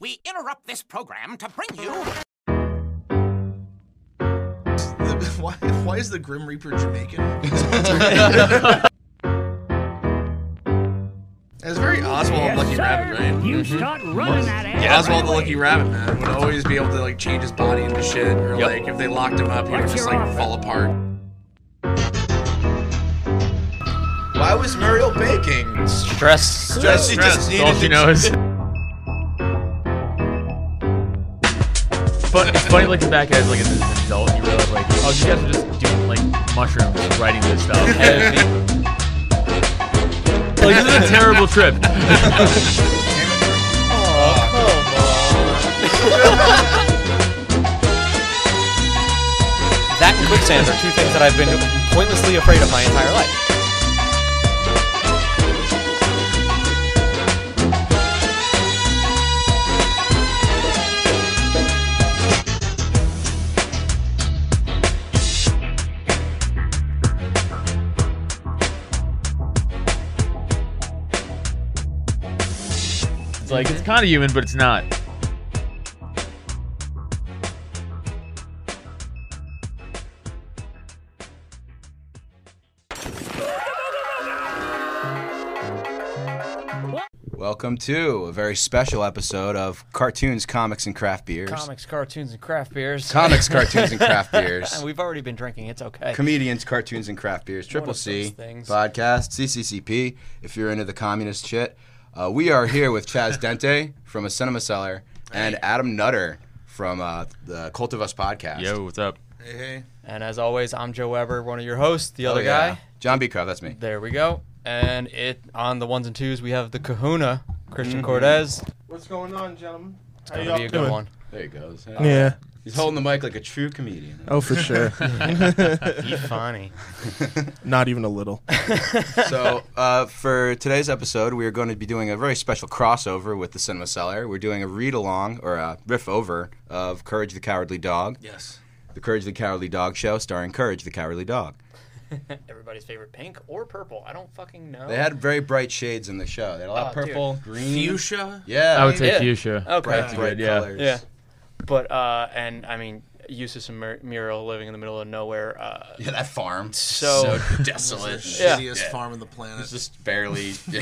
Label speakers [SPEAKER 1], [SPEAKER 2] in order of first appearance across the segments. [SPEAKER 1] we interrupt this program to bring you.
[SPEAKER 2] The- why, why is the Grim Reaper Jamaican? That's very Oswald
[SPEAKER 3] Yes,
[SPEAKER 2] Lucky
[SPEAKER 3] sir.
[SPEAKER 2] Rabbit, right?
[SPEAKER 3] You start running that ass.
[SPEAKER 2] Yeah, Oswald
[SPEAKER 3] right
[SPEAKER 2] the
[SPEAKER 3] away.
[SPEAKER 2] Lucky Rabbit, man, would always be able to like change his body into shit, or
[SPEAKER 4] Yep.
[SPEAKER 2] like if they locked him up, he would
[SPEAKER 3] What's
[SPEAKER 2] just
[SPEAKER 3] your
[SPEAKER 2] like
[SPEAKER 3] offer?
[SPEAKER 2] fall apart.
[SPEAKER 5] Why was Muriel baking?
[SPEAKER 4] Stress.
[SPEAKER 5] Stress, she just needed
[SPEAKER 4] all
[SPEAKER 5] to-
[SPEAKER 4] she knows. but it's funny looking back at it like as an adult, you realize like, oh, you guys are just doing like mushrooms, writing this stuff. like, this is a terrible trip.
[SPEAKER 6] That and quicksand are two things that I've been pointlessly afraid of my entire life.
[SPEAKER 4] It's like it's kind of human, but it's not.
[SPEAKER 7] Welcome to a very special episode of Cartoons, Comics, and Craft Beers.
[SPEAKER 6] Comics, cartoons, and craft beers.
[SPEAKER 7] Comics, cartoons, and craft beers.
[SPEAKER 6] We've already been drinking. It's okay.
[SPEAKER 7] Comedians, cartoons, and craft beers.
[SPEAKER 6] One
[SPEAKER 7] Triple
[SPEAKER 6] of
[SPEAKER 7] C
[SPEAKER 6] those things.
[SPEAKER 7] podcast, CCCP. If you're into the communist shit, uh, we are here with Chaz Dente from a Cinema Cellar and Adam Nutter from uh, the Cult of Us podcast.
[SPEAKER 4] Yo, what's up?
[SPEAKER 5] Hey, hey.
[SPEAKER 6] and as always, I'm Joe Weber, one of your hosts, the
[SPEAKER 7] Oh,
[SPEAKER 6] other
[SPEAKER 7] yeah.
[SPEAKER 6] guy.
[SPEAKER 7] John B. Crow, that's me.
[SPEAKER 6] There we go. And it on the ones and twos, we have the Kahuna, Christian
[SPEAKER 7] Mm-hmm.
[SPEAKER 6] Cortez.
[SPEAKER 8] What's going on, gentlemen?
[SPEAKER 6] It's
[SPEAKER 8] How
[SPEAKER 6] going to
[SPEAKER 8] y'all
[SPEAKER 6] be a good
[SPEAKER 8] doing?
[SPEAKER 6] one.
[SPEAKER 7] There he goes.
[SPEAKER 8] Yeah.
[SPEAKER 7] He's holding the mic like a true comedian.
[SPEAKER 8] Oh, for sure.
[SPEAKER 6] Be funny.
[SPEAKER 8] Not even a little.
[SPEAKER 7] so uh, for today's episode, we are going to be doing a very special crossover with the Cinema Cellar. We're doing a read along or a riff over of Courage the Cowardly Dog,
[SPEAKER 2] Yes.
[SPEAKER 7] the Courage the Cowardly Dog show starring Courage the Cowardly Dog.
[SPEAKER 6] Everybody's favorite pink or purple. I don't fucking know.
[SPEAKER 7] They had very bright shades in the show. They had a lot of
[SPEAKER 6] Oh, dude.
[SPEAKER 7] purple, green,
[SPEAKER 2] Fuchsia.
[SPEAKER 7] Yeah,
[SPEAKER 4] I would say
[SPEAKER 6] Yeah.
[SPEAKER 4] fuchsia.
[SPEAKER 6] Okay.
[SPEAKER 7] bright, bright
[SPEAKER 4] good, yeah.
[SPEAKER 7] colors.
[SPEAKER 6] Yeah. But uh and I mean Eustace and Mur- Muriel living in the middle of nowhere. Uh,
[SPEAKER 7] Yeah, that farm.
[SPEAKER 6] so
[SPEAKER 7] desolate.
[SPEAKER 2] Shittiest
[SPEAKER 6] Yeah.
[SPEAKER 2] farm on the
[SPEAKER 7] It's
[SPEAKER 2] planet.
[SPEAKER 7] just barely.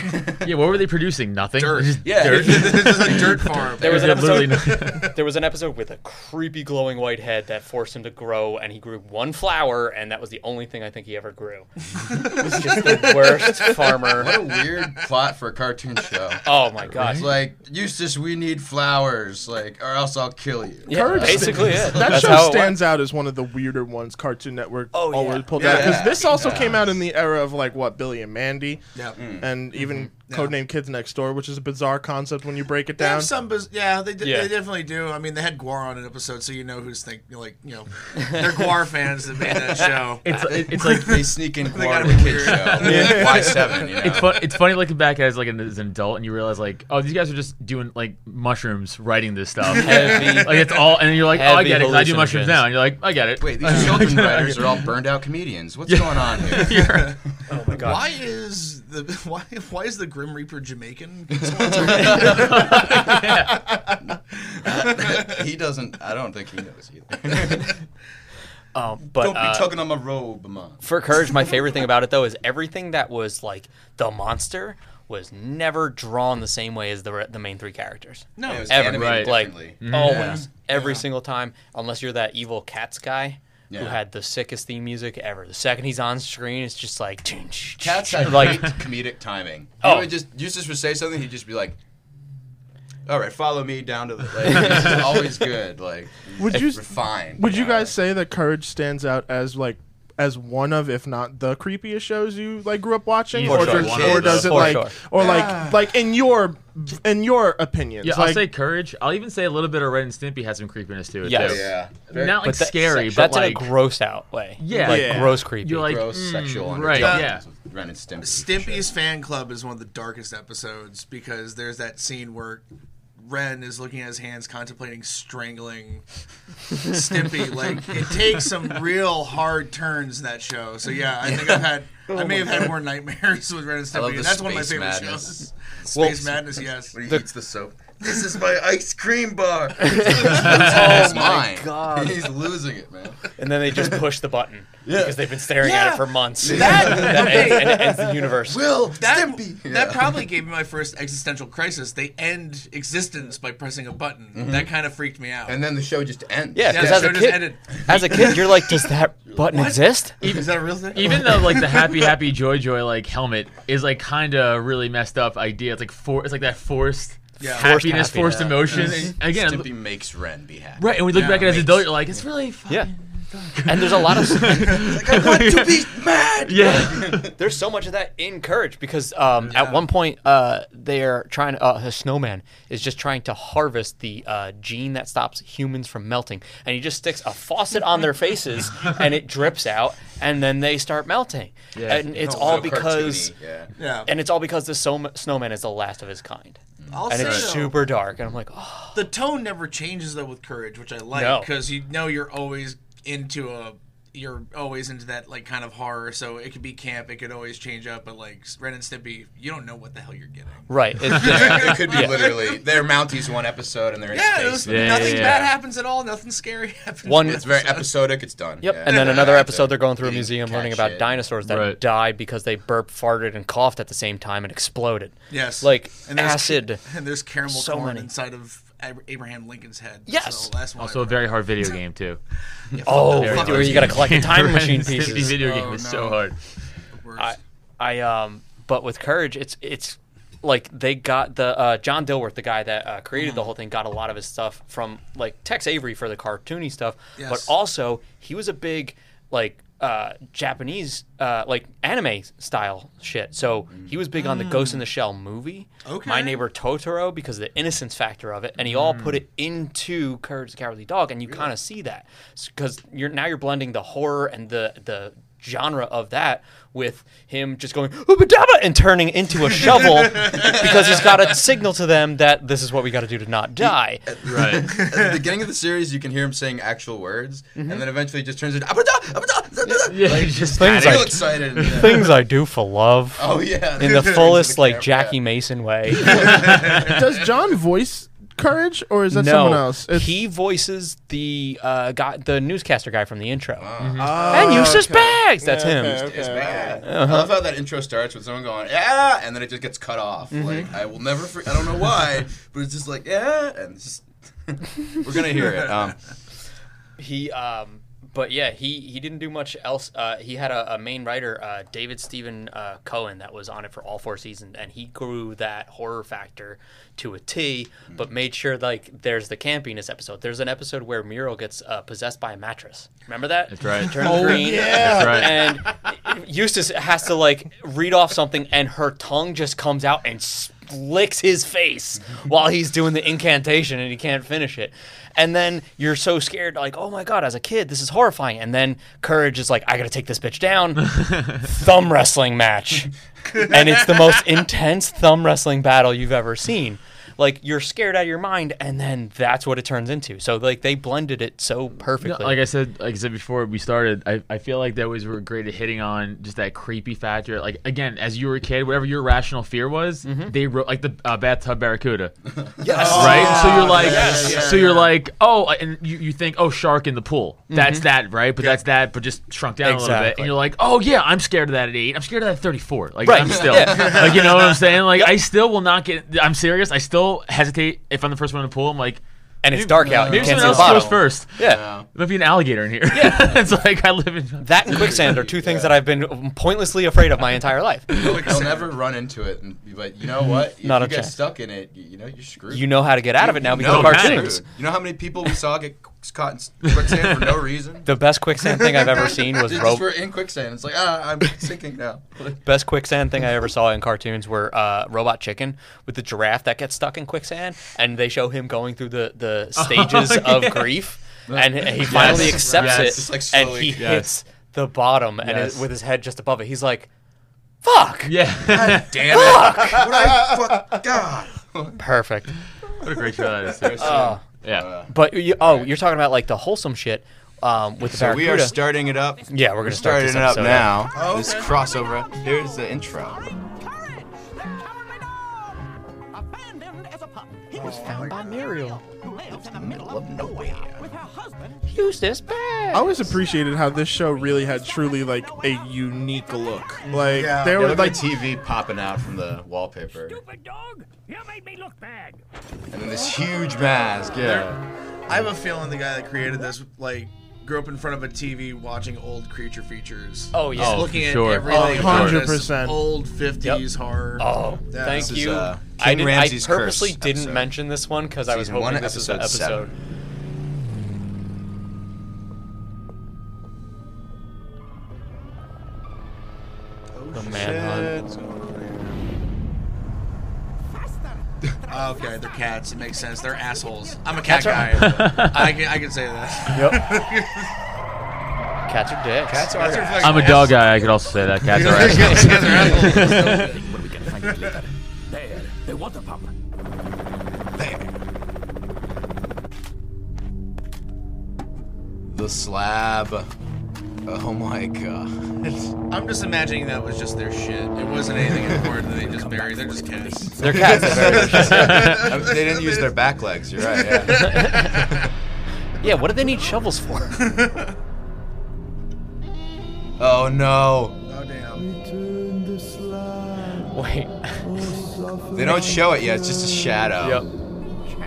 [SPEAKER 4] Yeah, what were they producing? Nothing.
[SPEAKER 2] Dirt.
[SPEAKER 4] Just
[SPEAKER 7] Yeah.
[SPEAKER 4] dirt.
[SPEAKER 2] this is a dirt farm.
[SPEAKER 6] there was an
[SPEAKER 4] Yeah, literally
[SPEAKER 6] episode.
[SPEAKER 4] nothing.
[SPEAKER 6] There was an episode with a creepy glowing white head that forced him to grow, and he grew one flower, and that was the only thing I think he ever grew. It was just the worst
[SPEAKER 7] what a
[SPEAKER 6] farmer.
[SPEAKER 7] weird plot for a cartoon show.
[SPEAKER 6] Oh my god!
[SPEAKER 7] It's like Eustace, we need flowers, like, or else I'll kill you.
[SPEAKER 6] Yeah, basically it.
[SPEAKER 8] That
[SPEAKER 6] That's
[SPEAKER 8] show
[SPEAKER 6] how it went.
[SPEAKER 8] stands out as one of the weirder ones Cartoon Network
[SPEAKER 6] Oh, yeah.
[SPEAKER 8] always pulled
[SPEAKER 2] Yeah,
[SPEAKER 8] out. Because
[SPEAKER 2] yeah.
[SPEAKER 8] this also came out in the era of, like, what, Billy and Mandy?
[SPEAKER 2] Yeah.
[SPEAKER 8] And even Codename Kids Next Door, which is a bizarre concept when you break it
[SPEAKER 2] They
[SPEAKER 8] down.
[SPEAKER 2] have some, biz- yeah, they, d-
[SPEAKER 6] Yeah.
[SPEAKER 2] they definitely do. I mean, they had Guar on an episode, so you know who's think like you know, they're Guar fans that made that show.
[SPEAKER 4] It's it's like
[SPEAKER 7] they sneak in
[SPEAKER 2] gotta
[SPEAKER 7] Guar
[SPEAKER 2] be
[SPEAKER 7] in the kids
[SPEAKER 2] weird.
[SPEAKER 7] show.
[SPEAKER 8] Yeah.
[SPEAKER 7] Why seven? You know?
[SPEAKER 4] It's, fun, it's funny looking back at it as like an, as an adult, and you realize like, oh, these guys are just doing like mushrooms, writing this stuff.
[SPEAKER 6] Heavy-
[SPEAKER 4] like it's all, and then you're like, oh, I
[SPEAKER 6] Heavy
[SPEAKER 4] get it. 'cause I do
[SPEAKER 6] hallucinogens.
[SPEAKER 4] mushrooms now, and you're like, I get it.
[SPEAKER 7] Wait, these children writers are all burned out comedians. What's going on here?
[SPEAKER 4] You're-
[SPEAKER 6] Oh my god!
[SPEAKER 2] Why is the why why is the Grim Reaper Jamaican?
[SPEAKER 7] he doesn't. I don't think he knows either.
[SPEAKER 6] Um, but
[SPEAKER 7] don't be
[SPEAKER 6] uh,
[SPEAKER 7] tugging on my robe, man.
[SPEAKER 6] for courage my favorite thing about it though is everything that was like the monster was never drawn the same way as the re- the main three characters
[SPEAKER 2] No,
[SPEAKER 7] It was
[SPEAKER 6] ever
[SPEAKER 4] Right.
[SPEAKER 7] animated
[SPEAKER 4] Mm-hmm.
[SPEAKER 6] like mm-hmm.
[SPEAKER 7] differently.
[SPEAKER 6] always every single time unless you're that evil cats guy who
[SPEAKER 7] Yeah.
[SPEAKER 6] had the sickest theme music ever the second he's on screen it's just like
[SPEAKER 7] Cats had
[SPEAKER 4] Like-
[SPEAKER 7] like comedic timing.
[SPEAKER 6] Oh.
[SPEAKER 7] He would just Eustace would say something. He'd just be like, "All right, follow me down to the." Like, this is always good. Like
[SPEAKER 8] Would you-
[SPEAKER 7] refined?
[SPEAKER 8] Would you
[SPEAKER 7] know?
[SPEAKER 8] guys say that Courage stands out as, like, as one of, if not the creepiest shows you like grew up watching,
[SPEAKER 4] For
[SPEAKER 8] or,
[SPEAKER 4] sure,
[SPEAKER 8] does,
[SPEAKER 4] one
[SPEAKER 7] of
[SPEAKER 8] or
[SPEAKER 7] the-
[SPEAKER 8] does it
[SPEAKER 6] For
[SPEAKER 8] like,
[SPEAKER 6] sure.
[SPEAKER 8] or like, like in your, in your opinions,
[SPEAKER 4] yeah,
[SPEAKER 8] like,
[SPEAKER 4] I'll say courage. I'll even say a little bit of Red and Stimpy has some creepiness to it.
[SPEAKER 6] Yes.
[SPEAKER 4] too.
[SPEAKER 7] Yeah.
[SPEAKER 4] Not like
[SPEAKER 6] that's
[SPEAKER 4] scary, but
[SPEAKER 6] that's
[SPEAKER 4] like
[SPEAKER 6] in a gross out way
[SPEAKER 4] Yeah.
[SPEAKER 6] like
[SPEAKER 8] Yeah.
[SPEAKER 6] gross creepy
[SPEAKER 4] you're like
[SPEAKER 7] gross
[SPEAKER 4] mm,
[SPEAKER 7] sexual
[SPEAKER 4] right?
[SPEAKER 7] undertones
[SPEAKER 4] Yeah.
[SPEAKER 7] with Ren and Stimpy.
[SPEAKER 2] Stimpy's fan club is one of the darkest episodes because there's that scene where Ren is looking at his hands, contemplating strangling Stimpy. like it takes some real hard turns in that show. So yeah, I think I've had, I may have had more nightmares with Ren and Stimpy.
[SPEAKER 7] love
[SPEAKER 2] and
[SPEAKER 7] the
[SPEAKER 2] that's one of my
[SPEAKER 7] space
[SPEAKER 2] favorite
[SPEAKER 7] madness.
[SPEAKER 2] shows. Space Madness, yes.
[SPEAKER 7] When he eats the soap.
[SPEAKER 5] This is my ice cream bar.
[SPEAKER 2] Oh
[SPEAKER 7] That's
[SPEAKER 6] my
[SPEAKER 7] mine.
[SPEAKER 6] God.
[SPEAKER 7] He's losing it, man.
[SPEAKER 6] And then they just push the button because they've been staring at
[SPEAKER 2] Yeah.
[SPEAKER 6] it for months.
[SPEAKER 2] That-
[SPEAKER 6] That ends, and it ends the universe.
[SPEAKER 5] Will
[SPEAKER 2] That,
[SPEAKER 5] Stimpy.
[SPEAKER 2] that probably gave me my first existential crisis. They end existence by pressing a button. That kind of freaked me out.
[SPEAKER 7] And then the show just ends.
[SPEAKER 6] Yeah,
[SPEAKER 2] Yeah, the
[SPEAKER 6] because
[SPEAKER 2] show
[SPEAKER 6] as a
[SPEAKER 2] just
[SPEAKER 6] kid,
[SPEAKER 2] ended.
[SPEAKER 6] as a kid, you're like, does that button exist?
[SPEAKER 2] Is that a real thing?
[SPEAKER 4] Even though like the happy happy joy joy like helmet is like kind of really messed up idea. It's like for it's like that forced
[SPEAKER 2] Yeah.
[SPEAKER 6] Forced
[SPEAKER 4] happiness,
[SPEAKER 6] happiness.
[SPEAKER 4] forced emotion.
[SPEAKER 7] Yes.
[SPEAKER 4] And again,
[SPEAKER 7] Stimpy makes Ren be happy.
[SPEAKER 4] right? And we look
[SPEAKER 2] Yeah,
[SPEAKER 4] back at it as
[SPEAKER 2] makes-
[SPEAKER 4] adults, you're like, it's really fucking
[SPEAKER 6] Yeah. And there's a lot of
[SPEAKER 5] I want to be mad.
[SPEAKER 4] yeah.
[SPEAKER 6] there's so much of that in Courage because um, at one point uh, they're trying uh, a snowman is just trying to harvest the uh, gene that stops humans from melting, and he just sticks a faucet on their faces, and it drips out, and then they start melting,
[SPEAKER 4] Yeah.
[SPEAKER 6] and it's
[SPEAKER 7] So
[SPEAKER 6] all
[SPEAKER 7] cartoony,
[SPEAKER 6] because.
[SPEAKER 7] yeah.
[SPEAKER 2] yeah.
[SPEAKER 6] And it's all because the so- snowman is the last of his kind,
[SPEAKER 2] I'll
[SPEAKER 6] and
[SPEAKER 2] say
[SPEAKER 6] it's
[SPEAKER 2] though,
[SPEAKER 6] super dark. And I'm like, oh,
[SPEAKER 2] the tone never changes though with courage, which I like
[SPEAKER 6] No.
[SPEAKER 2] because you know you're always into a you're always into that like kind of horror. So it could be camp, it could always change up. But like Ren and Stimpy, you don't know what the hell you're getting.
[SPEAKER 6] right, it's just-
[SPEAKER 7] It could be literally they're Mounties one episode and they're in
[SPEAKER 2] Yeah, it
[SPEAKER 7] space.
[SPEAKER 2] was,
[SPEAKER 4] Yeah,
[SPEAKER 2] nothing
[SPEAKER 4] yeah, yeah.
[SPEAKER 2] bad happens at all. Nothing scary happens.
[SPEAKER 6] One-
[SPEAKER 7] It's very episodic. It's done.
[SPEAKER 6] Yep.
[SPEAKER 7] Yeah.
[SPEAKER 6] And then another episode, they're going through a
[SPEAKER 7] Eating
[SPEAKER 6] museum
[SPEAKER 7] cat
[SPEAKER 6] learning about
[SPEAKER 7] shit.
[SPEAKER 6] dinosaurs that
[SPEAKER 4] Right.
[SPEAKER 6] died because they burped, farted, and coughed at the same time and exploded.
[SPEAKER 2] Yes.
[SPEAKER 6] Like
[SPEAKER 2] And there's-
[SPEAKER 6] acid.
[SPEAKER 2] And there's caramel
[SPEAKER 6] So
[SPEAKER 2] corn
[SPEAKER 6] many.
[SPEAKER 2] inside of Ab- Abraham Lincoln's head.
[SPEAKER 6] Yes.
[SPEAKER 2] That's the last one.
[SPEAKER 4] Also,
[SPEAKER 2] I
[SPEAKER 4] a very hard video game too.
[SPEAKER 6] oh,
[SPEAKER 4] Very
[SPEAKER 6] where
[SPEAKER 4] hard.
[SPEAKER 6] you got to collect the time machine
[SPEAKER 4] Stimpy
[SPEAKER 6] pieces.
[SPEAKER 4] video
[SPEAKER 7] Oh,
[SPEAKER 4] game was so hard.
[SPEAKER 2] remember.
[SPEAKER 6] I, I, um, but with Courage, it's, it's like they got the, uh, John Dilworth, the guy that uh, created the whole thing, got a lot of his stuff from like Tex Avery for the cartoony stuff. But
[SPEAKER 2] Yes.
[SPEAKER 6] also, he was a big, like, uh, Japanese uh, like anime style shit. So he was big on the Ghost in the Shell movie.
[SPEAKER 2] Okay.
[SPEAKER 6] My neighbor Totoro because of the innocence factor of it, and he all put it
[SPEAKER 8] Hmm.
[SPEAKER 6] into Courage the Cowardly Dog, and you kind of see that because you're now you're blending the horror and the the genre of that with him just going "Oopadabba," and turning into a shovel because he's got to signal to them that this is what we got to do to not die.
[SPEAKER 8] uh,
[SPEAKER 4] Right.
[SPEAKER 7] At the beginning of the series, you can hear him saying actual words,
[SPEAKER 6] Mm-hmm.
[SPEAKER 7] and then eventually it just turns into "Abada, abada, abada,"
[SPEAKER 4] Yeah,
[SPEAKER 7] like,
[SPEAKER 4] he's just
[SPEAKER 6] things
[SPEAKER 7] real
[SPEAKER 6] like-
[SPEAKER 7] excited. and, yeah.
[SPEAKER 6] Things I do for love.
[SPEAKER 7] Oh yeah,
[SPEAKER 6] In the fullest, like
[SPEAKER 7] camera,
[SPEAKER 6] Jackie
[SPEAKER 7] yeah.
[SPEAKER 6] Mason way.
[SPEAKER 8] Does John voice Courage or is that
[SPEAKER 6] no,
[SPEAKER 8] someone else? It's-
[SPEAKER 6] he voices the uh, guy, the newscaster guy from the intro.
[SPEAKER 8] Oh,
[SPEAKER 6] and uses
[SPEAKER 8] okay.
[SPEAKER 6] bags. That's
[SPEAKER 8] Yeah,
[SPEAKER 6] him.
[SPEAKER 8] okay, okay.
[SPEAKER 7] It's bad.
[SPEAKER 6] Uh-huh.
[SPEAKER 7] I love how that intro starts with someone going yeah, and then it just gets cut off.
[SPEAKER 6] Mm-hmm.
[SPEAKER 7] Like I will never, fre- I don't know why, but it's just like yeah, and it's just we're gonna hear it. Um,
[SPEAKER 6] He, um, but yeah, he he didn't do much else. Uh, he had a, a main writer, uh, David Stephen uh, Cohen, that was on it for all four seasons, and he grew that horror factor to a T,
[SPEAKER 4] Hmm.
[SPEAKER 6] but made sure like there's the campiness episode. There's an episode where Muriel gets uh, possessed by a mattress. Remember that?
[SPEAKER 4] That's right.
[SPEAKER 6] Turn green.
[SPEAKER 4] That's right.
[SPEAKER 6] Oh, and Eustace has to like read off something, and her tongue just comes out and licks his face while he's doing the incantation, and he can't finish it. And then you're so scared, like, oh my god, as a kid, this is horrifying. And then courage is like, I gotta take this bitch down. thumb wrestling match, and it's the most intense thumb wrestling battle you've ever seen. Like you're scared out of your mind, and then that's what it turns into. So like they blended it so perfectly.
[SPEAKER 4] Like I said, like I said before we started, I, I feel like they always were great at hitting on just that creepy factor. Like again, as you were a kid, whatever your irrational fear was,
[SPEAKER 7] Mm-hmm.
[SPEAKER 4] they wrote like the uh, bathtub barracuda,
[SPEAKER 6] yes.
[SPEAKER 4] right? so you're like,
[SPEAKER 7] yes, yeah, Mm-hmm.
[SPEAKER 4] so you're like, oh, and you, you think, oh, shark in the pool. That's that, right? But that's that, but just shrunk down a little bit.
[SPEAKER 6] Exactly.
[SPEAKER 4] And you're like, oh yeah, I'm scared of that at eight. I'm scared of that at 34. Like
[SPEAKER 6] Right,
[SPEAKER 4] I'm still,
[SPEAKER 6] yeah.
[SPEAKER 4] like you know what I'm saying? Like I still will not get. I'm serious. I still hesitate if I'm the first one in the pool. I'm like.
[SPEAKER 6] and it's dark out. and you
[SPEAKER 4] Maybe
[SPEAKER 6] can't
[SPEAKER 4] someone
[SPEAKER 6] see the
[SPEAKER 4] else
[SPEAKER 6] bottom.
[SPEAKER 4] goes first.
[SPEAKER 6] Yeah.
[SPEAKER 4] There might be an alligator in here. Yeah. it's like I live in.
[SPEAKER 6] That and quicksand are two things that I've been pointlessly afraid of my entire life.
[SPEAKER 7] I'll never run into it, and, but you know what? If
[SPEAKER 6] Mm-hmm. Not
[SPEAKER 7] you
[SPEAKER 6] a
[SPEAKER 7] get
[SPEAKER 6] chance.
[SPEAKER 7] stuck in it, you, you know you're screwed.
[SPEAKER 6] You know how to get out of it now because
[SPEAKER 4] No,
[SPEAKER 6] of
[SPEAKER 4] man.
[SPEAKER 6] cartoons.
[SPEAKER 7] You know how many people we saw get caught in quicksand for no reason?
[SPEAKER 6] The best quicksand thing I've ever seen was
[SPEAKER 7] They
[SPEAKER 6] rope.
[SPEAKER 7] just were in quicksand. It's like ah, I'm sinking now.
[SPEAKER 6] best quicksand thing I ever saw in cartoons were uh, Robot Chicken with the giraffe that gets stuck in quicksand, and they show him going through the the stages of grief, and he finally
[SPEAKER 4] Yes.
[SPEAKER 6] accepts
[SPEAKER 4] Yes.
[SPEAKER 6] it,
[SPEAKER 4] Just,
[SPEAKER 7] like,
[SPEAKER 6] and
[SPEAKER 7] slowly-
[SPEAKER 6] he
[SPEAKER 4] Yes.
[SPEAKER 6] hits the bottom, and
[SPEAKER 4] Yes.
[SPEAKER 6] it, with his head just above it, he's like, "Fuck!"
[SPEAKER 4] Yeah.
[SPEAKER 7] Damn it! What I fuck God.
[SPEAKER 6] Perfect.
[SPEAKER 4] what a great show that is. seriously.
[SPEAKER 6] Uh,
[SPEAKER 4] yeah.
[SPEAKER 6] But you, oh, you're talking about like the wholesome shit um, with the
[SPEAKER 7] So we are
[SPEAKER 6] Barracuda.
[SPEAKER 7] starting it up.
[SPEAKER 6] yeah, we're gonna start
[SPEAKER 7] starting
[SPEAKER 6] this
[SPEAKER 7] it up
[SPEAKER 6] episode
[SPEAKER 7] now. This crossover. Here's the intro.
[SPEAKER 1] Courage! The cowardly dog! Abandoned as a pup, he was
[SPEAKER 6] was found by Muriel.
[SPEAKER 5] who lives in the middle of nowhere with her husband.
[SPEAKER 6] Eustace Bass.
[SPEAKER 8] I always appreciated how this show really had truly like a unique look. Like
[SPEAKER 2] Yeah.
[SPEAKER 8] there
[SPEAKER 2] Yeah,
[SPEAKER 8] were
[SPEAKER 7] look
[SPEAKER 8] like
[SPEAKER 7] at the TV popping out from the wallpaper,
[SPEAKER 5] Stupid dog, you made me look bad.
[SPEAKER 7] and then this huge mask. Yeah.
[SPEAKER 2] I have a feeling the guy that created this like grew up in front of a TV watching old creature features.
[SPEAKER 6] Oh, yeah.
[SPEAKER 2] Just
[SPEAKER 6] Oh,
[SPEAKER 2] looking
[SPEAKER 4] for
[SPEAKER 2] at
[SPEAKER 4] sure.
[SPEAKER 2] everything.
[SPEAKER 4] Oh,
[SPEAKER 2] around
[SPEAKER 8] hundred
[SPEAKER 2] us,
[SPEAKER 8] percent.
[SPEAKER 2] Old fifties horror.
[SPEAKER 6] Oh,
[SPEAKER 2] Yeah,
[SPEAKER 6] thank
[SPEAKER 2] this
[SPEAKER 7] is,
[SPEAKER 6] you.
[SPEAKER 7] uh,
[SPEAKER 6] I,
[SPEAKER 7] King
[SPEAKER 6] did, I
[SPEAKER 7] Ramsey's
[SPEAKER 6] purposely
[SPEAKER 7] Curse
[SPEAKER 6] didn't
[SPEAKER 7] episode.
[SPEAKER 6] mention this one because I was
[SPEAKER 7] Season
[SPEAKER 6] hoping
[SPEAKER 7] one,
[SPEAKER 6] this was the
[SPEAKER 7] episode
[SPEAKER 6] episode.
[SPEAKER 7] seven.
[SPEAKER 6] The manhunt.
[SPEAKER 2] Okay, they're cats. It makes sense. They're assholes. I'm a cat
[SPEAKER 6] Cats are-
[SPEAKER 2] guy. I can I can say that.
[SPEAKER 6] Cats are dicks.
[SPEAKER 7] That's
[SPEAKER 2] Cats are
[SPEAKER 7] our.
[SPEAKER 2] fucking
[SPEAKER 4] I'm a dog guy. I could also say that. Cats are
[SPEAKER 2] assholes.
[SPEAKER 4] assholes.
[SPEAKER 2] Cats are assholes.
[SPEAKER 5] But we can find it later. There, the water pump.
[SPEAKER 7] The slab. Oh my god.
[SPEAKER 2] I'm just imagining that was just their shit. It wasn't anything important that they just buried. They're just cats.
[SPEAKER 6] They're cats.
[SPEAKER 7] I mean, they didn't use their back legs. You're right. Yeah.
[SPEAKER 6] yeah, what do they need shovels for?
[SPEAKER 7] Oh no.
[SPEAKER 2] Oh damn.
[SPEAKER 6] Wait.
[SPEAKER 7] They don't show it yet. It's just a shadow.
[SPEAKER 6] Yep.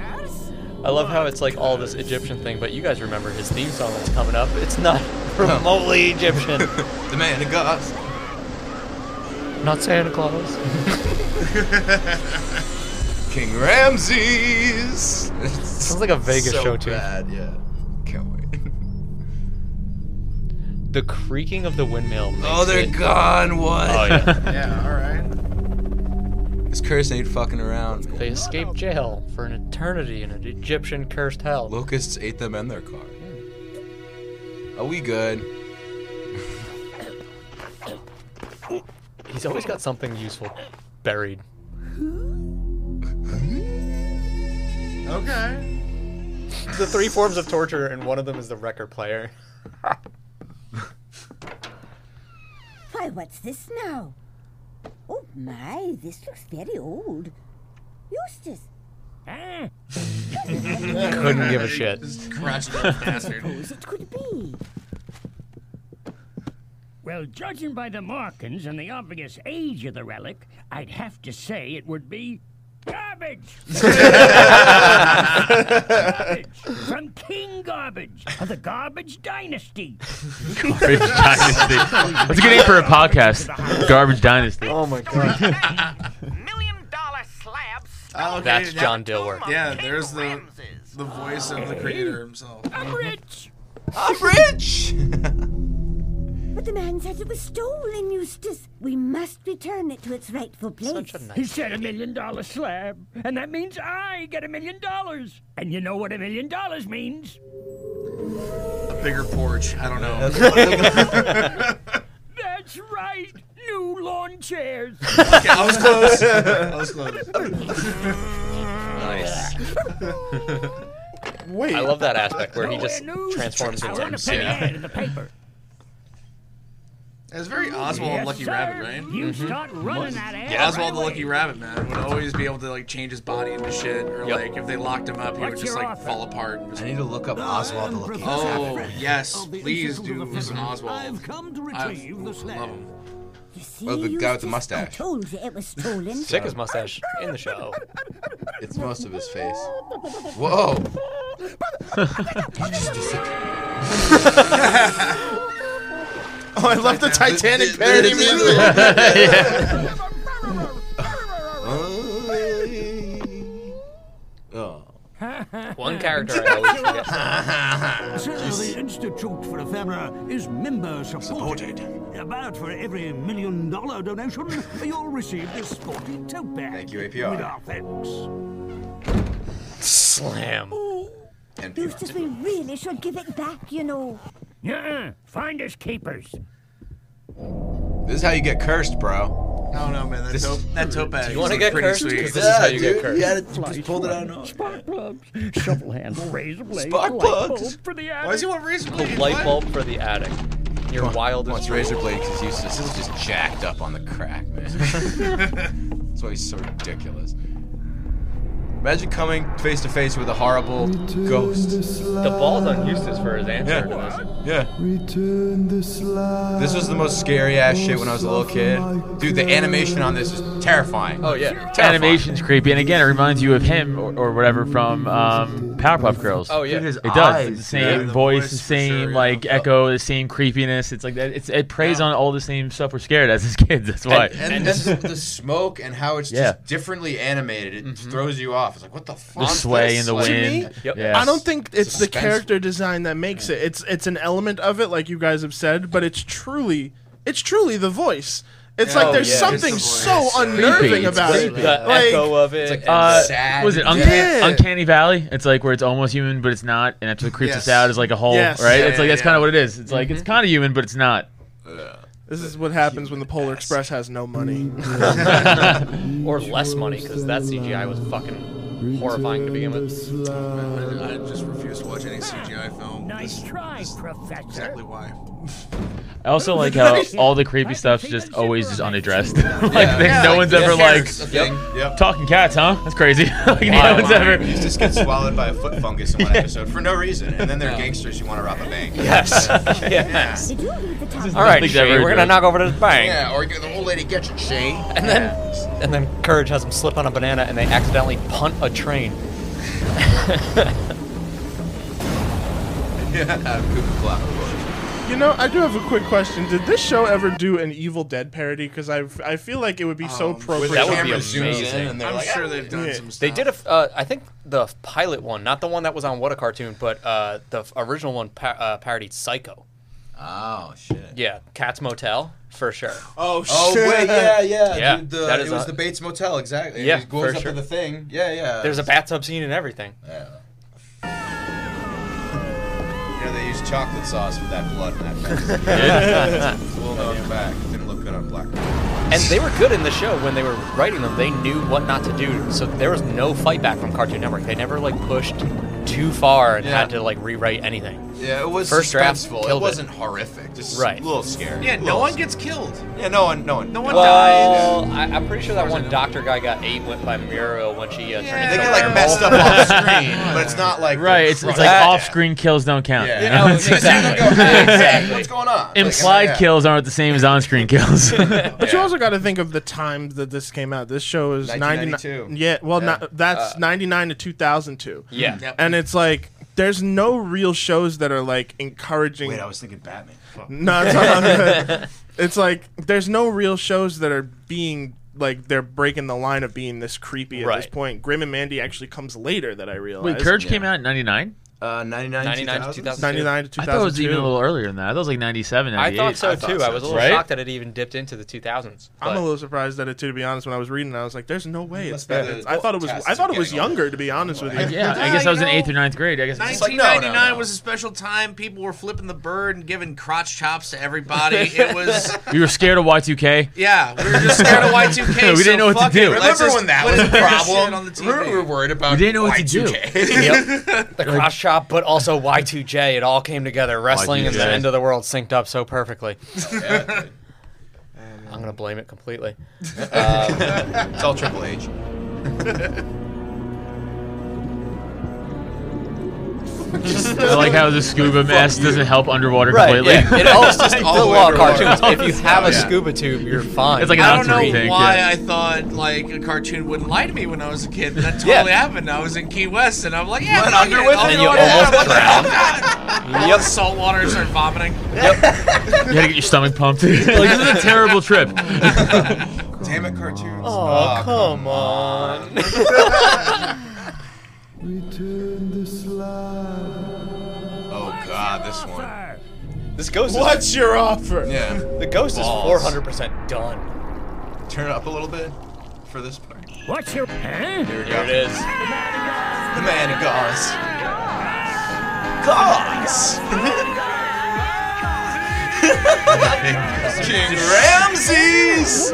[SPEAKER 6] I love how it's like all this Egyptian thing, but you guys remember his theme song that's coming up. It's not remotely Egyptian.
[SPEAKER 7] The man of God.
[SPEAKER 6] not Santa Claus.
[SPEAKER 7] King Ramses.
[SPEAKER 6] Sounds like a Vegas
[SPEAKER 7] so
[SPEAKER 6] show, too.
[SPEAKER 7] Bad, yeah. Can't wait.
[SPEAKER 6] The creaking of the windmill. Makes
[SPEAKER 7] Oh, they're
[SPEAKER 6] it-
[SPEAKER 7] gone. What?
[SPEAKER 6] Oh yeah.
[SPEAKER 2] Yeah. All right.
[SPEAKER 7] This curse ain't fucking around. Man.
[SPEAKER 6] they escaped jail for an eternity in an Egyptian cursed hell.
[SPEAKER 7] Locusts ate them and their car. Hmm. Are we good?
[SPEAKER 6] He's always got something useful buried.
[SPEAKER 2] Okay.
[SPEAKER 6] The three forms of torture, and one of them is the record player.
[SPEAKER 3] Why, what's this now? Oh my, this looks very old. Eustace,
[SPEAKER 5] Eh?
[SPEAKER 6] Couldn't give a shit.
[SPEAKER 2] This crotchety little bastard.
[SPEAKER 3] whose it could be?
[SPEAKER 1] Well, judging by the markings and the obvious age of the relic, I'd have to say it would be garbage. garbage from King Garbage of the Garbage Dynasty.
[SPEAKER 4] Garbage Dynasty. That's a good name for a podcast. Garbage Dynasty.
[SPEAKER 6] Oh my god.
[SPEAKER 5] Million dollar slabs.
[SPEAKER 2] Oh, okay,
[SPEAKER 6] That's
[SPEAKER 2] that-
[SPEAKER 6] John Dilworth.
[SPEAKER 2] Yeah, there's the the voice of the creator himself.
[SPEAKER 1] I'm rich.
[SPEAKER 7] I'm rich.
[SPEAKER 3] But the man said it was stolen, Eustace. We must return it to its rightful place.
[SPEAKER 6] Such a
[SPEAKER 1] He
[SPEAKER 6] nice.
[SPEAKER 1] said a million dollar slab, and that means I get a million dollars. And you know what a million dollars means?
[SPEAKER 2] A bigger porch. I don't know.
[SPEAKER 1] That's right, new lawn chairs.
[SPEAKER 2] Okay, I was close. I was close.
[SPEAKER 7] nice.
[SPEAKER 8] wait.
[SPEAKER 6] I love that aspect where he just
[SPEAKER 1] Nowhere news.
[SPEAKER 6] transforms
[SPEAKER 1] I want
[SPEAKER 6] into
[SPEAKER 1] to put an ad in the paper.
[SPEAKER 2] It's very Oswald
[SPEAKER 1] Yes,
[SPEAKER 2] and Lucky
[SPEAKER 1] sir.
[SPEAKER 2] Rabbit, right? Mm-hmm.
[SPEAKER 1] You start running that ad.
[SPEAKER 2] Oswald
[SPEAKER 1] right
[SPEAKER 2] the Lucky
[SPEAKER 1] away.
[SPEAKER 2] Rabbit man would always be able to like change his body into shit, or
[SPEAKER 6] Yep.
[SPEAKER 2] like if they locked him up, he would
[SPEAKER 1] What's
[SPEAKER 2] just
[SPEAKER 1] your
[SPEAKER 2] like
[SPEAKER 1] offer?
[SPEAKER 2] fall apart. And
[SPEAKER 7] I
[SPEAKER 2] just,
[SPEAKER 7] need to look up Oswald the Lucky.
[SPEAKER 2] oh
[SPEAKER 7] Rabbit.
[SPEAKER 2] yes,
[SPEAKER 5] Of the
[SPEAKER 2] please
[SPEAKER 5] Institute
[SPEAKER 2] do
[SPEAKER 5] of the
[SPEAKER 2] listen to
[SPEAKER 5] Feather.
[SPEAKER 2] Oswald.
[SPEAKER 5] I've come to
[SPEAKER 2] I
[SPEAKER 5] retrieve the
[SPEAKER 2] love
[SPEAKER 5] slab.
[SPEAKER 2] him.
[SPEAKER 3] You see,
[SPEAKER 7] Oh, the guy with the
[SPEAKER 3] Eustace, I
[SPEAKER 7] mustache.
[SPEAKER 3] told you it was stolen.
[SPEAKER 6] Sick his mustache in the show.
[SPEAKER 7] It's most of his face. Whoa.
[SPEAKER 8] oh, I love the Titanic
[SPEAKER 7] Th- th-
[SPEAKER 8] parody
[SPEAKER 7] this is-
[SPEAKER 8] music.
[SPEAKER 7] Oh.
[SPEAKER 6] One character I always forget.
[SPEAKER 1] Sir, the Institute for Ephemera is member supported. About for every million dollar donation, you'll receive this sporty tote bag.
[SPEAKER 7] Thank you, APR.
[SPEAKER 1] With our thanks.
[SPEAKER 6] Slam.
[SPEAKER 7] And
[SPEAKER 3] Eustace, we really should give it back, you know.
[SPEAKER 1] nuh find us keepers.
[SPEAKER 7] this is how you get cursed, bro.
[SPEAKER 2] I don't know, man. That
[SPEAKER 7] This-
[SPEAKER 2] tote, that tote bag.
[SPEAKER 6] You want to
[SPEAKER 2] is
[SPEAKER 6] get
[SPEAKER 2] pretty
[SPEAKER 6] cursed?
[SPEAKER 2] Sweet.
[SPEAKER 6] Because this is how you get cursed.
[SPEAKER 7] had it, just pulled it out. of nowhere.
[SPEAKER 1] Spark plugs, shovel handle, razor blade,
[SPEAKER 7] Spark
[SPEAKER 1] light
[SPEAKER 7] plugs.
[SPEAKER 1] bulb for the
[SPEAKER 2] Why does he
[SPEAKER 1] attic.
[SPEAKER 2] want razor
[SPEAKER 6] The
[SPEAKER 2] blades?
[SPEAKER 6] light
[SPEAKER 2] What?
[SPEAKER 6] bulb for the attic. Your wildest
[SPEAKER 7] Once Razor Blade is used, this is just jacked up on the crack, man. That's why he's so ridiculous. Imagine coming face to face with a horrible ghost.
[SPEAKER 4] The ball's on Eustace for his answer. to this.
[SPEAKER 7] Yeah. This was the most scary ass shit when I was a little kid. Dude, the animation on this is terrifying.
[SPEAKER 6] Oh yeah.
[SPEAKER 7] Terrifying.
[SPEAKER 4] Animation's creepy, and again, it reminds you of him or, or whatever from um, Powerpuff Girls.
[SPEAKER 6] Oh yeah.
[SPEAKER 4] It does. It's the
[SPEAKER 2] yeah,
[SPEAKER 4] same
[SPEAKER 2] the
[SPEAKER 4] voice,
[SPEAKER 2] voice
[SPEAKER 4] the
[SPEAKER 2] for sure,
[SPEAKER 4] same
[SPEAKER 2] yeah.
[SPEAKER 4] like echo, the same creepiness. It's like that. It's, it preys on all the same stuff we're scared as as kids. That's why.
[SPEAKER 7] And, and this is the smoke and how it's
[SPEAKER 4] Yeah. Mm-hmm.
[SPEAKER 7] just differently animated. It throws you off. It's like, what the fuck?
[SPEAKER 4] the
[SPEAKER 7] is
[SPEAKER 4] sway
[SPEAKER 7] this?
[SPEAKER 4] in the
[SPEAKER 7] Like-
[SPEAKER 4] wind.
[SPEAKER 6] Yep.
[SPEAKER 4] Yeah.
[SPEAKER 8] I don't think it's the
[SPEAKER 7] Suspenseful.
[SPEAKER 8] character design that makes it. It's it's an element of it, like you guys have said, but it's truly it's truly the voice. It's
[SPEAKER 7] Oh,
[SPEAKER 8] like there's
[SPEAKER 7] yeah, it's
[SPEAKER 8] something
[SPEAKER 2] the voice.
[SPEAKER 8] so
[SPEAKER 2] It's
[SPEAKER 8] unnerving
[SPEAKER 4] creepy. It's
[SPEAKER 8] about
[SPEAKER 6] The
[SPEAKER 8] it.
[SPEAKER 4] creepy. Yeah.
[SPEAKER 8] Like,
[SPEAKER 6] echo of it.
[SPEAKER 7] It's like
[SPEAKER 4] Uh,
[SPEAKER 7] sad.
[SPEAKER 4] was it
[SPEAKER 7] and
[SPEAKER 4] Uncanny,
[SPEAKER 7] dead.
[SPEAKER 8] Yeah.
[SPEAKER 4] Uncanny Valley? It's like where it's almost human, but it's not, and that's what creeps us
[SPEAKER 2] Yes.
[SPEAKER 4] out. Is like a hole,
[SPEAKER 8] Yes.
[SPEAKER 4] right?
[SPEAKER 2] Yeah,
[SPEAKER 4] it's like
[SPEAKER 2] yeah,
[SPEAKER 4] that's
[SPEAKER 2] yeah.
[SPEAKER 4] kind of what it is. It's like it's
[SPEAKER 6] Mm-hmm.
[SPEAKER 4] kind of human, but it's not.
[SPEAKER 8] this is what happens when the Polar Express has no money.
[SPEAKER 6] or less money because that CGI was fucking horrifying to begin with.
[SPEAKER 2] I just refuse to watch any CGI film.
[SPEAKER 9] Nice
[SPEAKER 2] That's
[SPEAKER 9] try, Professor.
[SPEAKER 2] exactly why.
[SPEAKER 4] I also like how all the creepy stuff's just always just unedrassed. like they-
[SPEAKER 7] Yeah,
[SPEAKER 4] no one's
[SPEAKER 7] yeah,
[SPEAKER 4] ever
[SPEAKER 7] sure,
[SPEAKER 4] like
[SPEAKER 7] it's a thing. Yep.
[SPEAKER 4] talking cats, huh? That's crazy. like no one's ever.
[SPEAKER 7] You just get swallowed by a foot fungus in one episode for no reason, and then they're gangsters you want to rob a bank.
[SPEAKER 6] Yes. yes.
[SPEAKER 3] Did you leave the top?
[SPEAKER 6] All right,
[SPEAKER 4] Nothing's ever
[SPEAKER 6] Shane, we're gonna
[SPEAKER 4] addressed.
[SPEAKER 6] knock over to the bank,
[SPEAKER 7] Yeah, or you get the old lady gets you, Shane.
[SPEAKER 6] and then and then Courage has him slip on a banana, and they accidentally punt a train.
[SPEAKER 8] You know, I do have a quick question. Did this show ever do an Evil Dead parody? Because I I feel like it would be so appropriate.
[SPEAKER 6] that would be
[SPEAKER 7] Camera zooms in,
[SPEAKER 6] amazing.
[SPEAKER 7] and they're
[SPEAKER 2] I'm
[SPEAKER 7] like, "Oh,
[SPEAKER 2] sure they've done
[SPEAKER 8] Yeah.
[SPEAKER 2] some stuff.
[SPEAKER 6] They did a, f- uh, I think the pilot one, not the one that was on What a Cartoon, but uh, the f- original one pa- uh, parodied Psycho.
[SPEAKER 7] Oh shit.
[SPEAKER 6] Yeah, Cat's Motel for sure.
[SPEAKER 8] oh shit!
[SPEAKER 7] Oh wait, yeah, yeah.
[SPEAKER 6] Yeah,
[SPEAKER 7] dude, the,
[SPEAKER 6] that is
[SPEAKER 7] it was
[SPEAKER 6] a-
[SPEAKER 7] the Bates Motel, exactly.
[SPEAKER 6] Yeah,
[SPEAKER 7] it goes
[SPEAKER 6] for
[SPEAKER 7] up
[SPEAKER 6] sure.
[SPEAKER 7] to the thing. Yeah, yeah.
[SPEAKER 6] There's a bathtub scene and everything.
[SPEAKER 7] You know, they use chocolate sauce for that blood in that thing. it's a little known fact. It didn't look good on black.
[SPEAKER 6] And they were good in the show when they were writing them. They knew what not to do, so there was no fight back from Cartoon Network. They never like pushed too far and
[SPEAKER 7] Yeah.
[SPEAKER 6] had to like rewrite anything.
[SPEAKER 7] Yeah, it was
[SPEAKER 6] First draft
[SPEAKER 7] suspenseful.
[SPEAKER 6] killed
[SPEAKER 7] it
[SPEAKER 6] it.
[SPEAKER 7] wasn't horrific. Just
[SPEAKER 6] Right.
[SPEAKER 7] a little scary.
[SPEAKER 2] Yeah,
[SPEAKER 7] A
[SPEAKER 2] no
[SPEAKER 7] little
[SPEAKER 2] one
[SPEAKER 7] sc-
[SPEAKER 2] gets killed.
[SPEAKER 7] Yeah, no one. No one.
[SPEAKER 2] No one died.
[SPEAKER 6] Well, I, I'm pretty sure that one doctor guy got ate with by Muriel when she uh, turned
[SPEAKER 7] They
[SPEAKER 6] into
[SPEAKER 7] get
[SPEAKER 6] a
[SPEAKER 7] like
[SPEAKER 6] werewolf.
[SPEAKER 7] messed up off screen, but it's not like
[SPEAKER 4] Right, it's, it's like
[SPEAKER 6] Yeah.
[SPEAKER 4] off-screen kills don't count.
[SPEAKER 7] Yeah.
[SPEAKER 4] you know?
[SPEAKER 6] Yeah,
[SPEAKER 4] It's
[SPEAKER 6] exactly.
[SPEAKER 4] like-
[SPEAKER 7] exactly. What's going on? Like,
[SPEAKER 4] Implied
[SPEAKER 7] yeah.
[SPEAKER 4] kills aren't the same as on-screen kills.
[SPEAKER 8] But you also got to think of the times that this came out. This show is
[SPEAKER 7] 1992.
[SPEAKER 8] 99. Yeah, well,
[SPEAKER 7] Yeah.
[SPEAKER 8] Not,
[SPEAKER 4] Uh,
[SPEAKER 8] that's 99 to 2002.
[SPEAKER 6] Yeah.
[SPEAKER 2] Yep.
[SPEAKER 8] And it's like, there's no real shows that are like encouraging.
[SPEAKER 7] Wait, I was thinking Batman. Fuck.
[SPEAKER 4] Hmm?
[SPEAKER 8] No, it's, all good. It's like, there's no real shows that are being, like, they're breaking the line of being this creepy at this
[SPEAKER 6] Right.
[SPEAKER 8] point. Grim and Mandy actually comes later that I realized.
[SPEAKER 4] Wait, Courage came out in '99.
[SPEAKER 7] Uh, 99,
[SPEAKER 6] 99 to
[SPEAKER 7] 2000?
[SPEAKER 8] 99 to 2002.
[SPEAKER 4] I thought it was even a little earlier than that. I thought it was like '97,
[SPEAKER 6] I
[SPEAKER 4] '98.
[SPEAKER 6] thought so
[SPEAKER 7] thought
[SPEAKER 6] too.
[SPEAKER 7] so,
[SPEAKER 6] I was a little
[SPEAKER 4] too. Right?
[SPEAKER 6] shocked that it even dipped into the 2000s.
[SPEAKER 8] I'm
[SPEAKER 6] but-
[SPEAKER 8] a little surprised at it too. To be honest, when I was reading, it, I was like, "There's no way it's
[SPEAKER 7] must be
[SPEAKER 8] that."
[SPEAKER 7] the
[SPEAKER 8] it's- I thought it was.
[SPEAKER 7] test
[SPEAKER 8] I thought it was
[SPEAKER 7] getting older.
[SPEAKER 8] younger. To be honest with you,
[SPEAKER 4] Yeah, I guess I was in eighth or ninth grade. I guess.
[SPEAKER 7] It's like, no, no,
[SPEAKER 2] 1999
[SPEAKER 7] no.
[SPEAKER 2] was a special time. People were flipping the bird and giving crotch chops to everybody. It was,
[SPEAKER 4] We were scared of Y2K.
[SPEAKER 2] yeah, we were just scared of Y2K.
[SPEAKER 4] We
[SPEAKER 2] so
[SPEAKER 4] didn't know what to
[SPEAKER 2] fuck it.
[SPEAKER 4] do.
[SPEAKER 2] Let's
[SPEAKER 7] Remember
[SPEAKER 2] just
[SPEAKER 7] when that
[SPEAKER 2] put
[SPEAKER 7] was a
[SPEAKER 2] the shit
[SPEAKER 7] problem?
[SPEAKER 2] on the TV.
[SPEAKER 7] Remember we were worried about
[SPEAKER 4] We didn't know what to do.
[SPEAKER 7] Y2K.
[SPEAKER 6] Yep. The cross chop, but also Y2J. It all came together. Wrestling and the
[SPEAKER 4] Y2J.
[SPEAKER 6] end of the world synced up so perfectly. I'm going to blame it completely.
[SPEAKER 7] it's all Triple H.
[SPEAKER 4] I like how the scuba mask doesn't help underwater completely.
[SPEAKER 6] It all it's just
[SPEAKER 7] all the
[SPEAKER 6] all
[SPEAKER 7] way
[SPEAKER 6] law
[SPEAKER 7] underwater.
[SPEAKER 6] cartoons. If you have a
[SPEAKER 7] Yeah.
[SPEAKER 6] scuba tube, you're fine.
[SPEAKER 4] It's like an
[SPEAKER 2] I don't know
[SPEAKER 4] Outdoor thing,
[SPEAKER 2] why
[SPEAKER 4] yeah.
[SPEAKER 2] I thought like a cartoon wouldn't lie to me when I was a kid. That totally
[SPEAKER 6] Yeah.
[SPEAKER 2] happened. I was in Key West and I'm like, yeah,
[SPEAKER 7] Went
[SPEAKER 2] fuck
[SPEAKER 7] under
[SPEAKER 2] it.
[SPEAKER 7] with
[SPEAKER 2] I'll do
[SPEAKER 7] it and you
[SPEAKER 2] it.
[SPEAKER 7] almost
[SPEAKER 2] All
[SPEAKER 6] Yep.
[SPEAKER 2] the salt water started vomiting.
[SPEAKER 4] You had to get your stomach pumped. like, this is a terrible trip.
[SPEAKER 7] Damn it, cartoons.
[SPEAKER 6] Oh, come on.
[SPEAKER 7] Oh god, this one.
[SPEAKER 6] This ghost is,
[SPEAKER 8] what's your offer?
[SPEAKER 7] Yeah.
[SPEAKER 6] the ghost is
[SPEAKER 7] Balls.
[SPEAKER 6] 400% done.
[SPEAKER 7] Turn it up a little bit for this part.
[SPEAKER 9] What's your. Huh?
[SPEAKER 7] Here we
[SPEAKER 6] There
[SPEAKER 7] go.
[SPEAKER 6] it is.
[SPEAKER 7] The man of gods. Gods. King Ramses.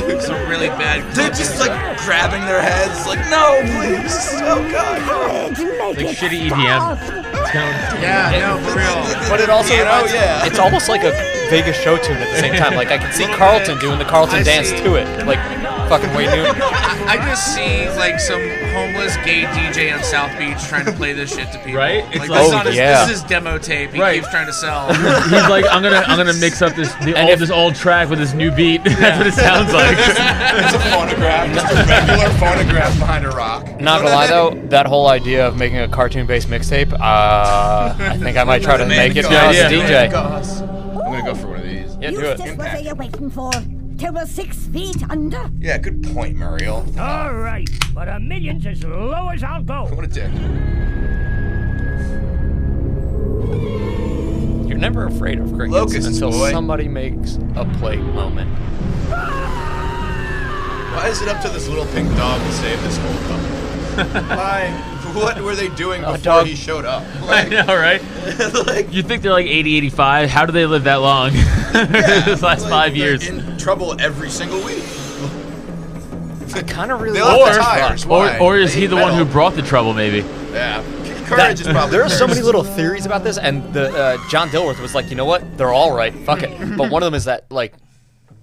[SPEAKER 2] Dude, some really bad.
[SPEAKER 7] They're just like grabbing their heads, like no, please, oh god, no.
[SPEAKER 4] Like shitty E EDM. It's kind
[SPEAKER 2] Yeah, no, for real.
[SPEAKER 6] But it also
[SPEAKER 7] Yeah,
[SPEAKER 6] reminds
[SPEAKER 7] yeah.
[SPEAKER 6] It's almost like a Vegas show tune at the same time. Like I can see Carlton doing the Carlton
[SPEAKER 2] I
[SPEAKER 6] dance
[SPEAKER 2] see.
[SPEAKER 6] to it. Like Fucking Wayne Newton.
[SPEAKER 2] I just see like some homeless gay DJ on South Beach trying to play this shit to people.
[SPEAKER 4] Right? It's
[SPEAKER 2] Like,
[SPEAKER 4] like-
[SPEAKER 2] this, is
[SPEAKER 6] Oh,
[SPEAKER 2] on his,
[SPEAKER 6] yeah.
[SPEAKER 2] this is his demo tape. He
[SPEAKER 4] Right.
[SPEAKER 2] keeps trying to sell.
[SPEAKER 4] He's like, I'm gonna, I'm gonna mix up this, the old,
[SPEAKER 6] if-
[SPEAKER 4] this old track with this new beat. That's what it sounds like.
[SPEAKER 7] It's a phonograph, just a regular phonograph behind a rock.
[SPEAKER 6] Not gonna lie though, that whole idea of making a cartoon-based mixtape, uh, I think I might try to make it
[SPEAKER 7] Go,
[SPEAKER 6] when I was a
[SPEAKER 4] idea.
[SPEAKER 7] man,
[SPEAKER 6] DJ.
[SPEAKER 7] go, Huss. I'm gonna go for one of these.
[SPEAKER 6] Yeah, do it.
[SPEAKER 3] Oh, Eustace, what are you waiting for? Total six feet under?
[SPEAKER 7] Yeah, good point, Muriel.
[SPEAKER 9] All right, but a million's as low as I'll go.
[SPEAKER 7] What a dick.
[SPEAKER 6] You're never afraid of crickets
[SPEAKER 7] Locusts,
[SPEAKER 6] until
[SPEAKER 7] boy.
[SPEAKER 6] somebody makes a plate moment.
[SPEAKER 7] Why is it up to this little pink dog to save this whole company? Why? What were they doing before
[SPEAKER 6] dog.
[SPEAKER 7] he showed up?
[SPEAKER 4] I
[SPEAKER 7] Like,
[SPEAKER 4] know, right?
[SPEAKER 7] like,
[SPEAKER 4] You think they're like 80, 85? How do they live that long? this last
[SPEAKER 7] like,
[SPEAKER 4] five
[SPEAKER 7] they're
[SPEAKER 4] years.
[SPEAKER 7] In trouble every single week.
[SPEAKER 6] I kind of really
[SPEAKER 7] They left
[SPEAKER 6] want
[SPEAKER 7] the
[SPEAKER 6] to
[SPEAKER 7] tires.
[SPEAKER 4] Or,
[SPEAKER 7] Why?
[SPEAKER 4] or is
[SPEAKER 7] They
[SPEAKER 4] he the
[SPEAKER 7] metal.
[SPEAKER 4] one who brought the trouble? Maybe.
[SPEAKER 7] Yeah. Courage is probably.
[SPEAKER 6] There are so many
[SPEAKER 7] cursed.
[SPEAKER 6] little theories about this, and the uh, John Dilworth was like, you know what? They're all right. Fuck it. But one of them is that like,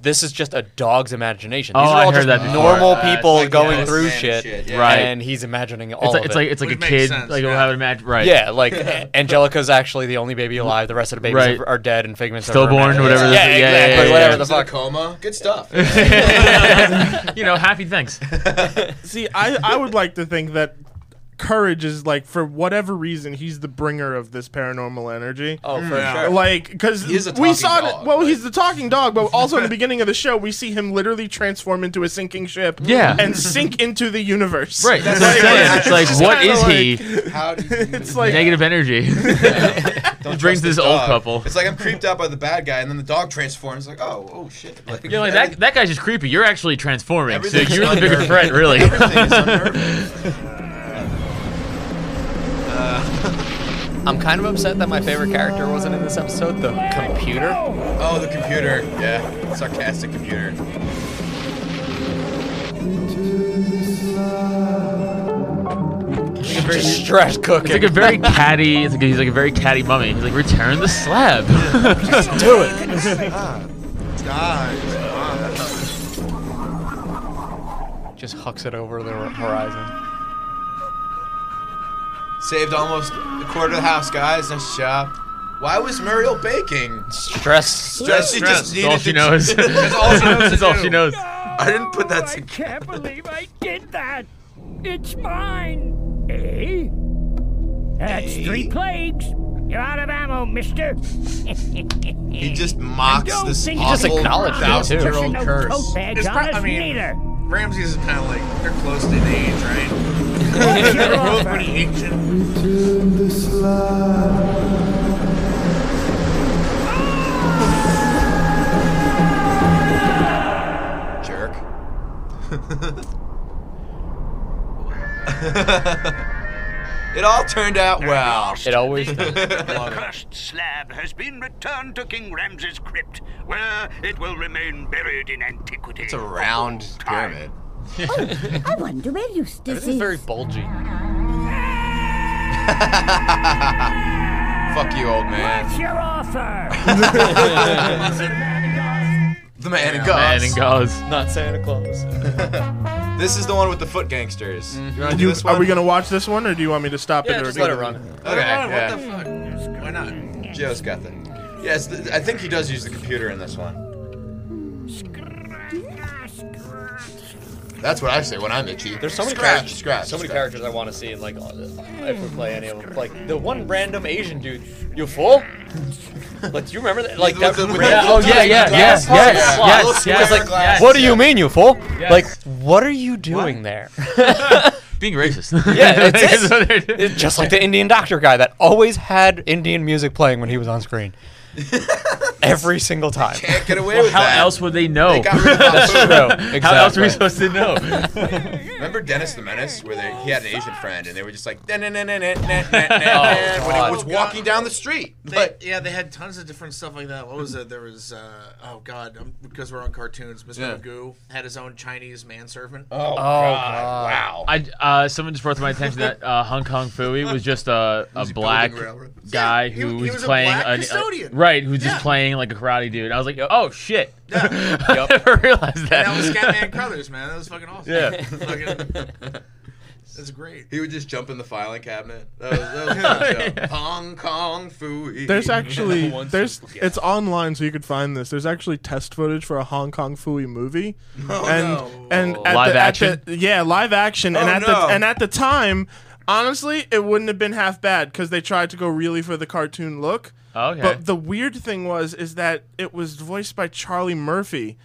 [SPEAKER 6] this is just a dog's imagination. These
[SPEAKER 4] Oh,
[SPEAKER 6] are
[SPEAKER 4] I
[SPEAKER 6] all
[SPEAKER 4] heard that
[SPEAKER 6] just
[SPEAKER 4] before.
[SPEAKER 6] normal
[SPEAKER 7] Uh, it's
[SPEAKER 6] people
[SPEAKER 7] like the
[SPEAKER 6] going
[SPEAKER 7] Alice
[SPEAKER 6] through
[SPEAKER 7] Man
[SPEAKER 6] shit,
[SPEAKER 7] shit, yeah.
[SPEAKER 4] Right.
[SPEAKER 6] and he's imagining all
[SPEAKER 4] It's like,
[SPEAKER 6] of
[SPEAKER 4] it's
[SPEAKER 6] it.
[SPEAKER 4] like it's like a
[SPEAKER 2] Which makes
[SPEAKER 4] kid.
[SPEAKER 2] sense,
[SPEAKER 4] like
[SPEAKER 2] yeah.
[SPEAKER 4] will have a match. Right.
[SPEAKER 6] yeah, like A- Angelica's actually the only baby alive. The rest of the babies
[SPEAKER 4] Right.
[SPEAKER 6] are, are dead and figments. of her
[SPEAKER 4] Stillborn,
[SPEAKER 6] imagination.
[SPEAKER 4] whatever. the-
[SPEAKER 6] Yeah,
[SPEAKER 4] yeah,
[SPEAKER 6] exactly.
[SPEAKER 4] yeah, yeah,
[SPEAKER 6] whatever
[SPEAKER 4] yeah.
[SPEAKER 6] the
[SPEAKER 7] Is it a
[SPEAKER 6] fuck.
[SPEAKER 7] coma? Good stuff.
[SPEAKER 4] you know, happy thanks.
[SPEAKER 8] See, I, I would like to think that courage is like for whatever reason he's the bringer of this paranormal energy.
[SPEAKER 6] Oh, for
[SPEAKER 7] Mm.
[SPEAKER 6] sure.
[SPEAKER 8] Like, because
[SPEAKER 7] He is a
[SPEAKER 8] we
[SPEAKER 7] talking
[SPEAKER 8] saw
[SPEAKER 7] dog,
[SPEAKER 8] it. Well,
[SPEAKER 7] like-
[SPEAKER 8] he's the talking dog, but also in the beginning of the show, we see him literally transform into a sinking ship.
[SPEAKER 4] Yeah.
[SPEAKER 8] and sink into the universe.
[SPEAKER 4] Right. That's what I'm saying. It's like, what
[SPEAKER 8] kinda
[SPEAKER 4] is he?
[SPEAKER 7] How do you
[SPEAKER 8] It's like
[SPEAKER 4] Negative energy.
[SPEAKER 7] don't
[SPEAKER 4] brings
[SPEAKER 7] trust the
[SPEAKER 4] this old
[SPEAKER 7] dog?
[SPEAKER 4] couple.
[SPEAKER 7] It's like I'm creeped out by the bad guy, and then the dog transforms. Like, oh, oh shit. Like,
[SPEAKER 4] You're like that. That guy's just creepy. You're actually transforming. So
[SPEAKER 7] Everything's
[SPEAKER 4] you're the bigger
[SPEAKER 7] unnerving.
[SPEAKER 4] threat, really.
[SPEAKER 7] Everything is unnerving.
[SPEAKER 6] I'm kind of upset that my favorite character wasn't in this episode, the computer.
[SPEAKER 7] Oh, the computer. Yeah, sarcastic computer.
[SPEAKER 6] Stress cooking.
[SPEAKER 4] It's like a very catty. It's like he's like a very catty mummy. He's like return the slab.
[SPEAKER 6] do it.
[SPEAKER 7] God.
[SPEAKER 6] Just hucks it over the horizon.
[SPEAKER 7] Saved almost a quarter of the house, guys. Nice job. Why was Muriel baking?
[SPEAKER 6] Stress.
[SPEAKER 7] Stress. She just
[SPEAKER 4] That's all
[SPEAKER 7] needed
[SPEAKER 4] she
[SPEAKER 7] to-
[SPEAKER 4] knows.
[SPEAKER 7] That's all she knows.
[SPEAKER 4] That's
[SPEAKER 7] to
[SPEAKER 4] all
[SPEAKER 7] do.
[SPEAKER 4] she knows.
[SPEAKER 9] Oh,
[SPEAKER 7] I didn't put that.
[SPEAKER 9] I
[SPEAKER 7] To-
[SPEAKER 9] can't believe I did that. It's mine. Eh? That's
[SPEAKER 7] Eh?
[SPEAKER 9] three plagues. You're out of ammo, mister.
[SPEAKER 7] he just mocks
[SPEAKER 9] don't
[SPEAKER 7] this
[SPEAKER 9] think- He
[SPEAKER 6] just
[SPEAKER 7] awful
[SPEAKER 6] acknowledged it, too.
[SPEAKER 7] thousand-year-old
[SPEAKER 9] no
[SPEAKER 7] curse.
[SPEAKER 9] tote bags
[SPEAKER 2] It's
[SPEAKER 9] on
[SPEAKER 2] prob-
[SPEAKER 9] us
[SPEAKER 2] I mean-
[SPEAKER 9] neither.
[SPEAKER 2] Ramses is kind of like they're close to the age, right? They're both pretty ancient.
[SPEAKER 7] Jerk. it all turned out well.
[SPEAKER 6] It always
[SPEAKER 9] The cursed slab has been returned to King Ramses' crypt, where it will remain buried in antiquity.
[SPEAKER 7] It's a round pyramid.
[SPEAKER 3] I wonder where Eustace
[SPEAKER 6] This is
[SPEAKER 3] is.
[SPEAKER 6] very bulgy.
[SPEAKER 7] Fuck you, old man.
[SPEAKER 9] Your offer.
[SPEAKER 7] The man in
[SPEAKER 4] Man and
[SPEAKER 7] guns.
[SPEAKER 4] goes.
[SPEAKER 6] Not Santa Claus.
[SPEAKER 7] This is the one with the foot gangsters.
[SPEAKER 4] Mm-hmm.
[SPEAKER 7] You wanna do
[SPEAKER 8] You-
[SPEAKER 7] this one?
[SPEAKER 8] are we gonna watch this one, or do you want me to stop it?
[SPEAKER 6] Yeah,
[SPEAKER 8] or
[SPEAKER 6] just
[SPEAKER 8] do
[SPEAKER 6] let it
[SPEAKER 8] the-
[SPEAKER 6] run.
[SPEAKER 7] Okay. yeah.
[SPEAKER 2] What the fuck? Why not?
[SPEAKER 7] Joe's got the. Yes, th- I think he does use the computer in this one. That's what I say when I'm itchy.
[SPEAKER 6] There's so many
[SPEAKER 7] scratch,
[SPEAKER 6] characters.
[SPEAKER 7] scratch,
[SPEAKER 6] so many
[SPEAKER 7] scratch.
[SPEAKER 6] characters I want to see, and like all the- if we play any of them, like the one random Asian dude. You fool! like, do you remember that? Like that.
[SPEAKER 7] With the- with the-
[SPEAKER 6] yeah,
[SPEAKER 7] with
[SPEAKER 6] oh
[SPEAKER 7] the-
[SPEAKER 6] yeah, yeah,
[SPEAKER 7] with the
[SPEAKER 6] yes,
[SPEAKER 7] glass
[SPEAKER 6] yes,
[SPEAKER 7] box. Yeah, little
[SPEAKER 6] yes, yes,
[SPEAKER 7] square
[SPEAKER 6] like,
[SPEAKER 7] glass.
[SPEAKER 6] what do you mean, you fool?
[SPEAKER 4] Yes.
[SPEAKER 6] Like, what are you doing there?
[SPEAKER 4] Being racist.
[SPEAKER 6] Yeah, it's
[SPEAKER 4] That's
[SPEAKER 6] it.
[SPEAKER 4] what they're doing.
[SPEAKER 6] It's just like the Indian doctor guy that always had Indian music playing when he was on screen. Every single time.
[SPEAKER 7] Can't get away with
[SPEAKER 4] How
[SPEAKER 7] that.
[SPEAKER 4] else would they know?
[SPEAKER 7] They got rid of Babu.
[SPEAKER 6] True, exactly.
[SPEAKER 4] How else are we supposed to know?
[SPEAKER 7] Remember Dennis the Menace, where they, he had an Asian friend, and they were just like, "Nah, nah, nah, nah, nah, nah, nah, nah," when he
[SPEAKER 6] God.
[SPEAKER 7] was walking down the street.
[SPEAKER 2] They,
[SPEAKER 7] But
[SPEAKER 2] yeah, they had tons of different stuff like that. What was it? There was, uh, oh god, um because we're on cartoons. Mr.
[SPEAKER 7] Yeah.
[SPEAKER 2] Magoo had his own Chinese manservant.
[SPEAKER 7] oh, god, wow.
[SPEAKER 4] I uh, someone just brought to my attention that uh, Hong Kong Fooey was just a, a
[SPEAKER 7] he
[SPEAKER 4] black
[SPEAKER 7] building railroad?
[SPEAKER 4] guy
[SPEAKER 2] Yeah, he
[SPEAKER 4] who
[SPEAKER 2] w- he
[SPEAKER 4] was,
[SPEAKER 2] was a
[SPEAKER 4] playing
[SPEAKER 2] black
[SPEAKER 4] an- uh,
[SPEAKER 2] custodian.
[SPEAKER 4] Right, who's
[SPEAKER 2] Yeah.
[SPEAKER 4] just playing like a karate dude. I was like, oh shit. I
[SPEAKER 6] Yep.
[SPEAKER 4] never realized that.
[SPEAKER 2] that was Scatman Crothers, man. That was fucking awesome.
[SPEAKER 4] Yeah.
[SPEAKER 2] Fucking- that's great.
[SPEAKER 7] He would just jump in the filing cabinet. That was, that was a good show. Hong Kong fooey.
[SPEAKER 8] There's actually
[SPEAKER 6] Once
[SPEAKER 8] there's
[SPEAKER 6] you- yeah.
[SPEAKER 8] it's online so you could find this. There's actually test footage for a Hong Kong Fooey movie,
[SPEAKER 7] Oh,
[SPEAKER 8] and and at
[SPEAKER 4] Live
[SPEAKER 8] the, at
[SPEAKER 4] action?
[SPEAKER 8] the- yeah, live action. and
[SPEAKER 7] Oh,
[SPEAKER 8] at
[SPEAKER 7] no.
[SPEAKER 8] the and at the time, honestly, it wouldn't have been half bad because they tried to go really for the cartoon look.
[SPEAKER 4] Okay.
[SPEAKER 8] But the weird thing was is that it was voiced by Charlie Murphy.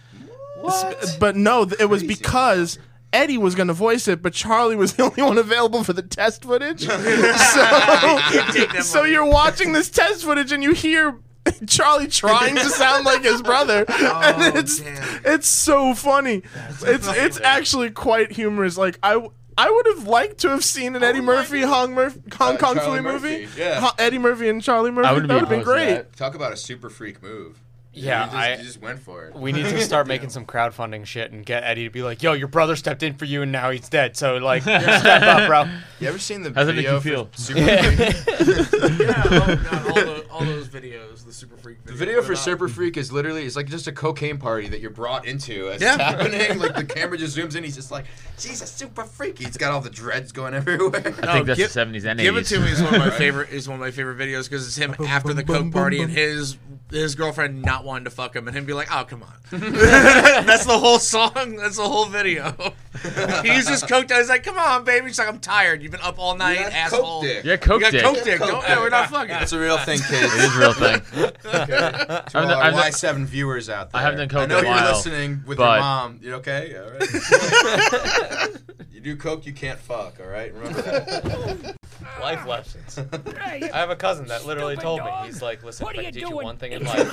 [SPEAKER 8] What? But no, th- it was because. Eddie was going to voice it, but Charlie was the only one available for the test footage. so,
[SPEAKER 2] Take that
[SPEAKER 8] so
[SPEAKER 2] money.
[SPEAKER 8] you're watching this test footage and you hear Charlie trying to sound like his brother, and it's
[SPEAKER 2] Oh, damn.
[SPEAKER 8] it's so funny. It's it's actually quite humorous. Like I. w- I would have liked to have seen
[SPEAKER 2] Oh
[SPEAKER 8] an Eddie Murphy Hong, Murph Hong
[SPEAKER 7] Uh,
[SPEAKER 8] Kong
[SPEAKER 7] Charlie
[SPEAKER 8] Fooey
[SPEAKER 7] Murphy,
[SPEAKER 8] movie.
[SPEAKER 7] yeah.
[SPEAKER 8] Ho- Eddie Murphy and Charlie Murphy.
[SPEAKER 4] wouldn't
[SPEAKER 8] that would
[SPEAKER 4] be
[SPEAKER 8] have been
[SPEAKER 4] opposed to
[SPEAKER 8] great.
[SPEAKER 4] that.
[SPEAKER 7] Talk about a super freak move.
[SPEAKER 6] Yeah,
[SPEAKER 7] you just,
[SPEAKER 6] I-
[SPEAKER 7] you just went for it.
[SPEAKER 6] We need to start making some crowdfunding shit and get Eddie to be like, "Yo, your brother stepped in for you, and now he's dead. So like, step up, bro."
[SPEAKER 7] You ever seen the
[SPEAKER 4] How's that make
[SPEAKER 7] video
[SPEAKER 4] you feel?
[SPEAKER 7] for Super Freak?
[SPEAKER 2] Yeah, oh, God, all, the, all those videos, the Super Freak video.
[SPEAKER 7] The video for Super Freak is literally it's like just a cocaine party that you're brought into as
[SPEAKER 2] Yeah.
[SPEAKER 7] it's happening. Like the camera just zooms in, he's just like, "She's a super freak." He's got all the dreads going everywhere.
[SPEAKER 4] I think
[SPEAKER 2] No,
[SPEAKER 4] that's
[SPEAKER 2] give-
[SPEAKER 4] the 70s and 80s.
[SPEAKER 2] uh, Give It To Me is one of my favorite is one of my favorite videos because it's him after the coke party and his his girlfriend not wanting to fuck him and him be like, oh come on, that's the whole song, that's the whole video. He's just coked out. He's like, come on, baby. She's like, I'm tired. You've been up all night,
[SPEAKER 7] got coke
[SPEAKER 2] asshole.
[SPEAKER 7] dick.
[SPEAKER 4] Yeah,
[SPEAKER 2] You
[SPEAKER 4] Coke
[SPEAKER 2] got
[SPEAKER 4] dick.
[SPEAKER 2] coke dick.
[SPEAKER 7] Coke
[SPEAKER 2] Don't,
[SPEAKER 7] dick.
[SPEAKER 2] we're not fucking.
[SPEAKER 7] That's a real thing, kids.
[SPEAKER 4] It is a real thing.
[SPEAKER 7] To all
[SPEAKER 4] done-
[SPEAKER 7] our
[SPEAKER 4] I've done-
[SPEAKER 7] Y7 viewers out there.
[SPEAKER 4] I haven't done coke
[SPEAKER 7] I know
[SPEAKER 4] in a
[SPEAKER 7] you're
[SPEAKER 4] while,
[SPEAKER 7] listening with
[SPEAKER 4] but-
[SPEAKER 7] your mom. You okay? All right. you do coke, you can't fuck. All right, remember that.
[SPEAKER 6] Life lessons. I have a cousin that literally told me. He's like, "Listen,
[SPEAKER 9] What
[SPEAKER 6] if I
[SPEAKER 9] are
[SPEAKER 6] can
[SPEAKER 9] you
[SPEAKER 6] teach you
[SPEAKER 9] doing?
[SPEAKER 6] one thing in life,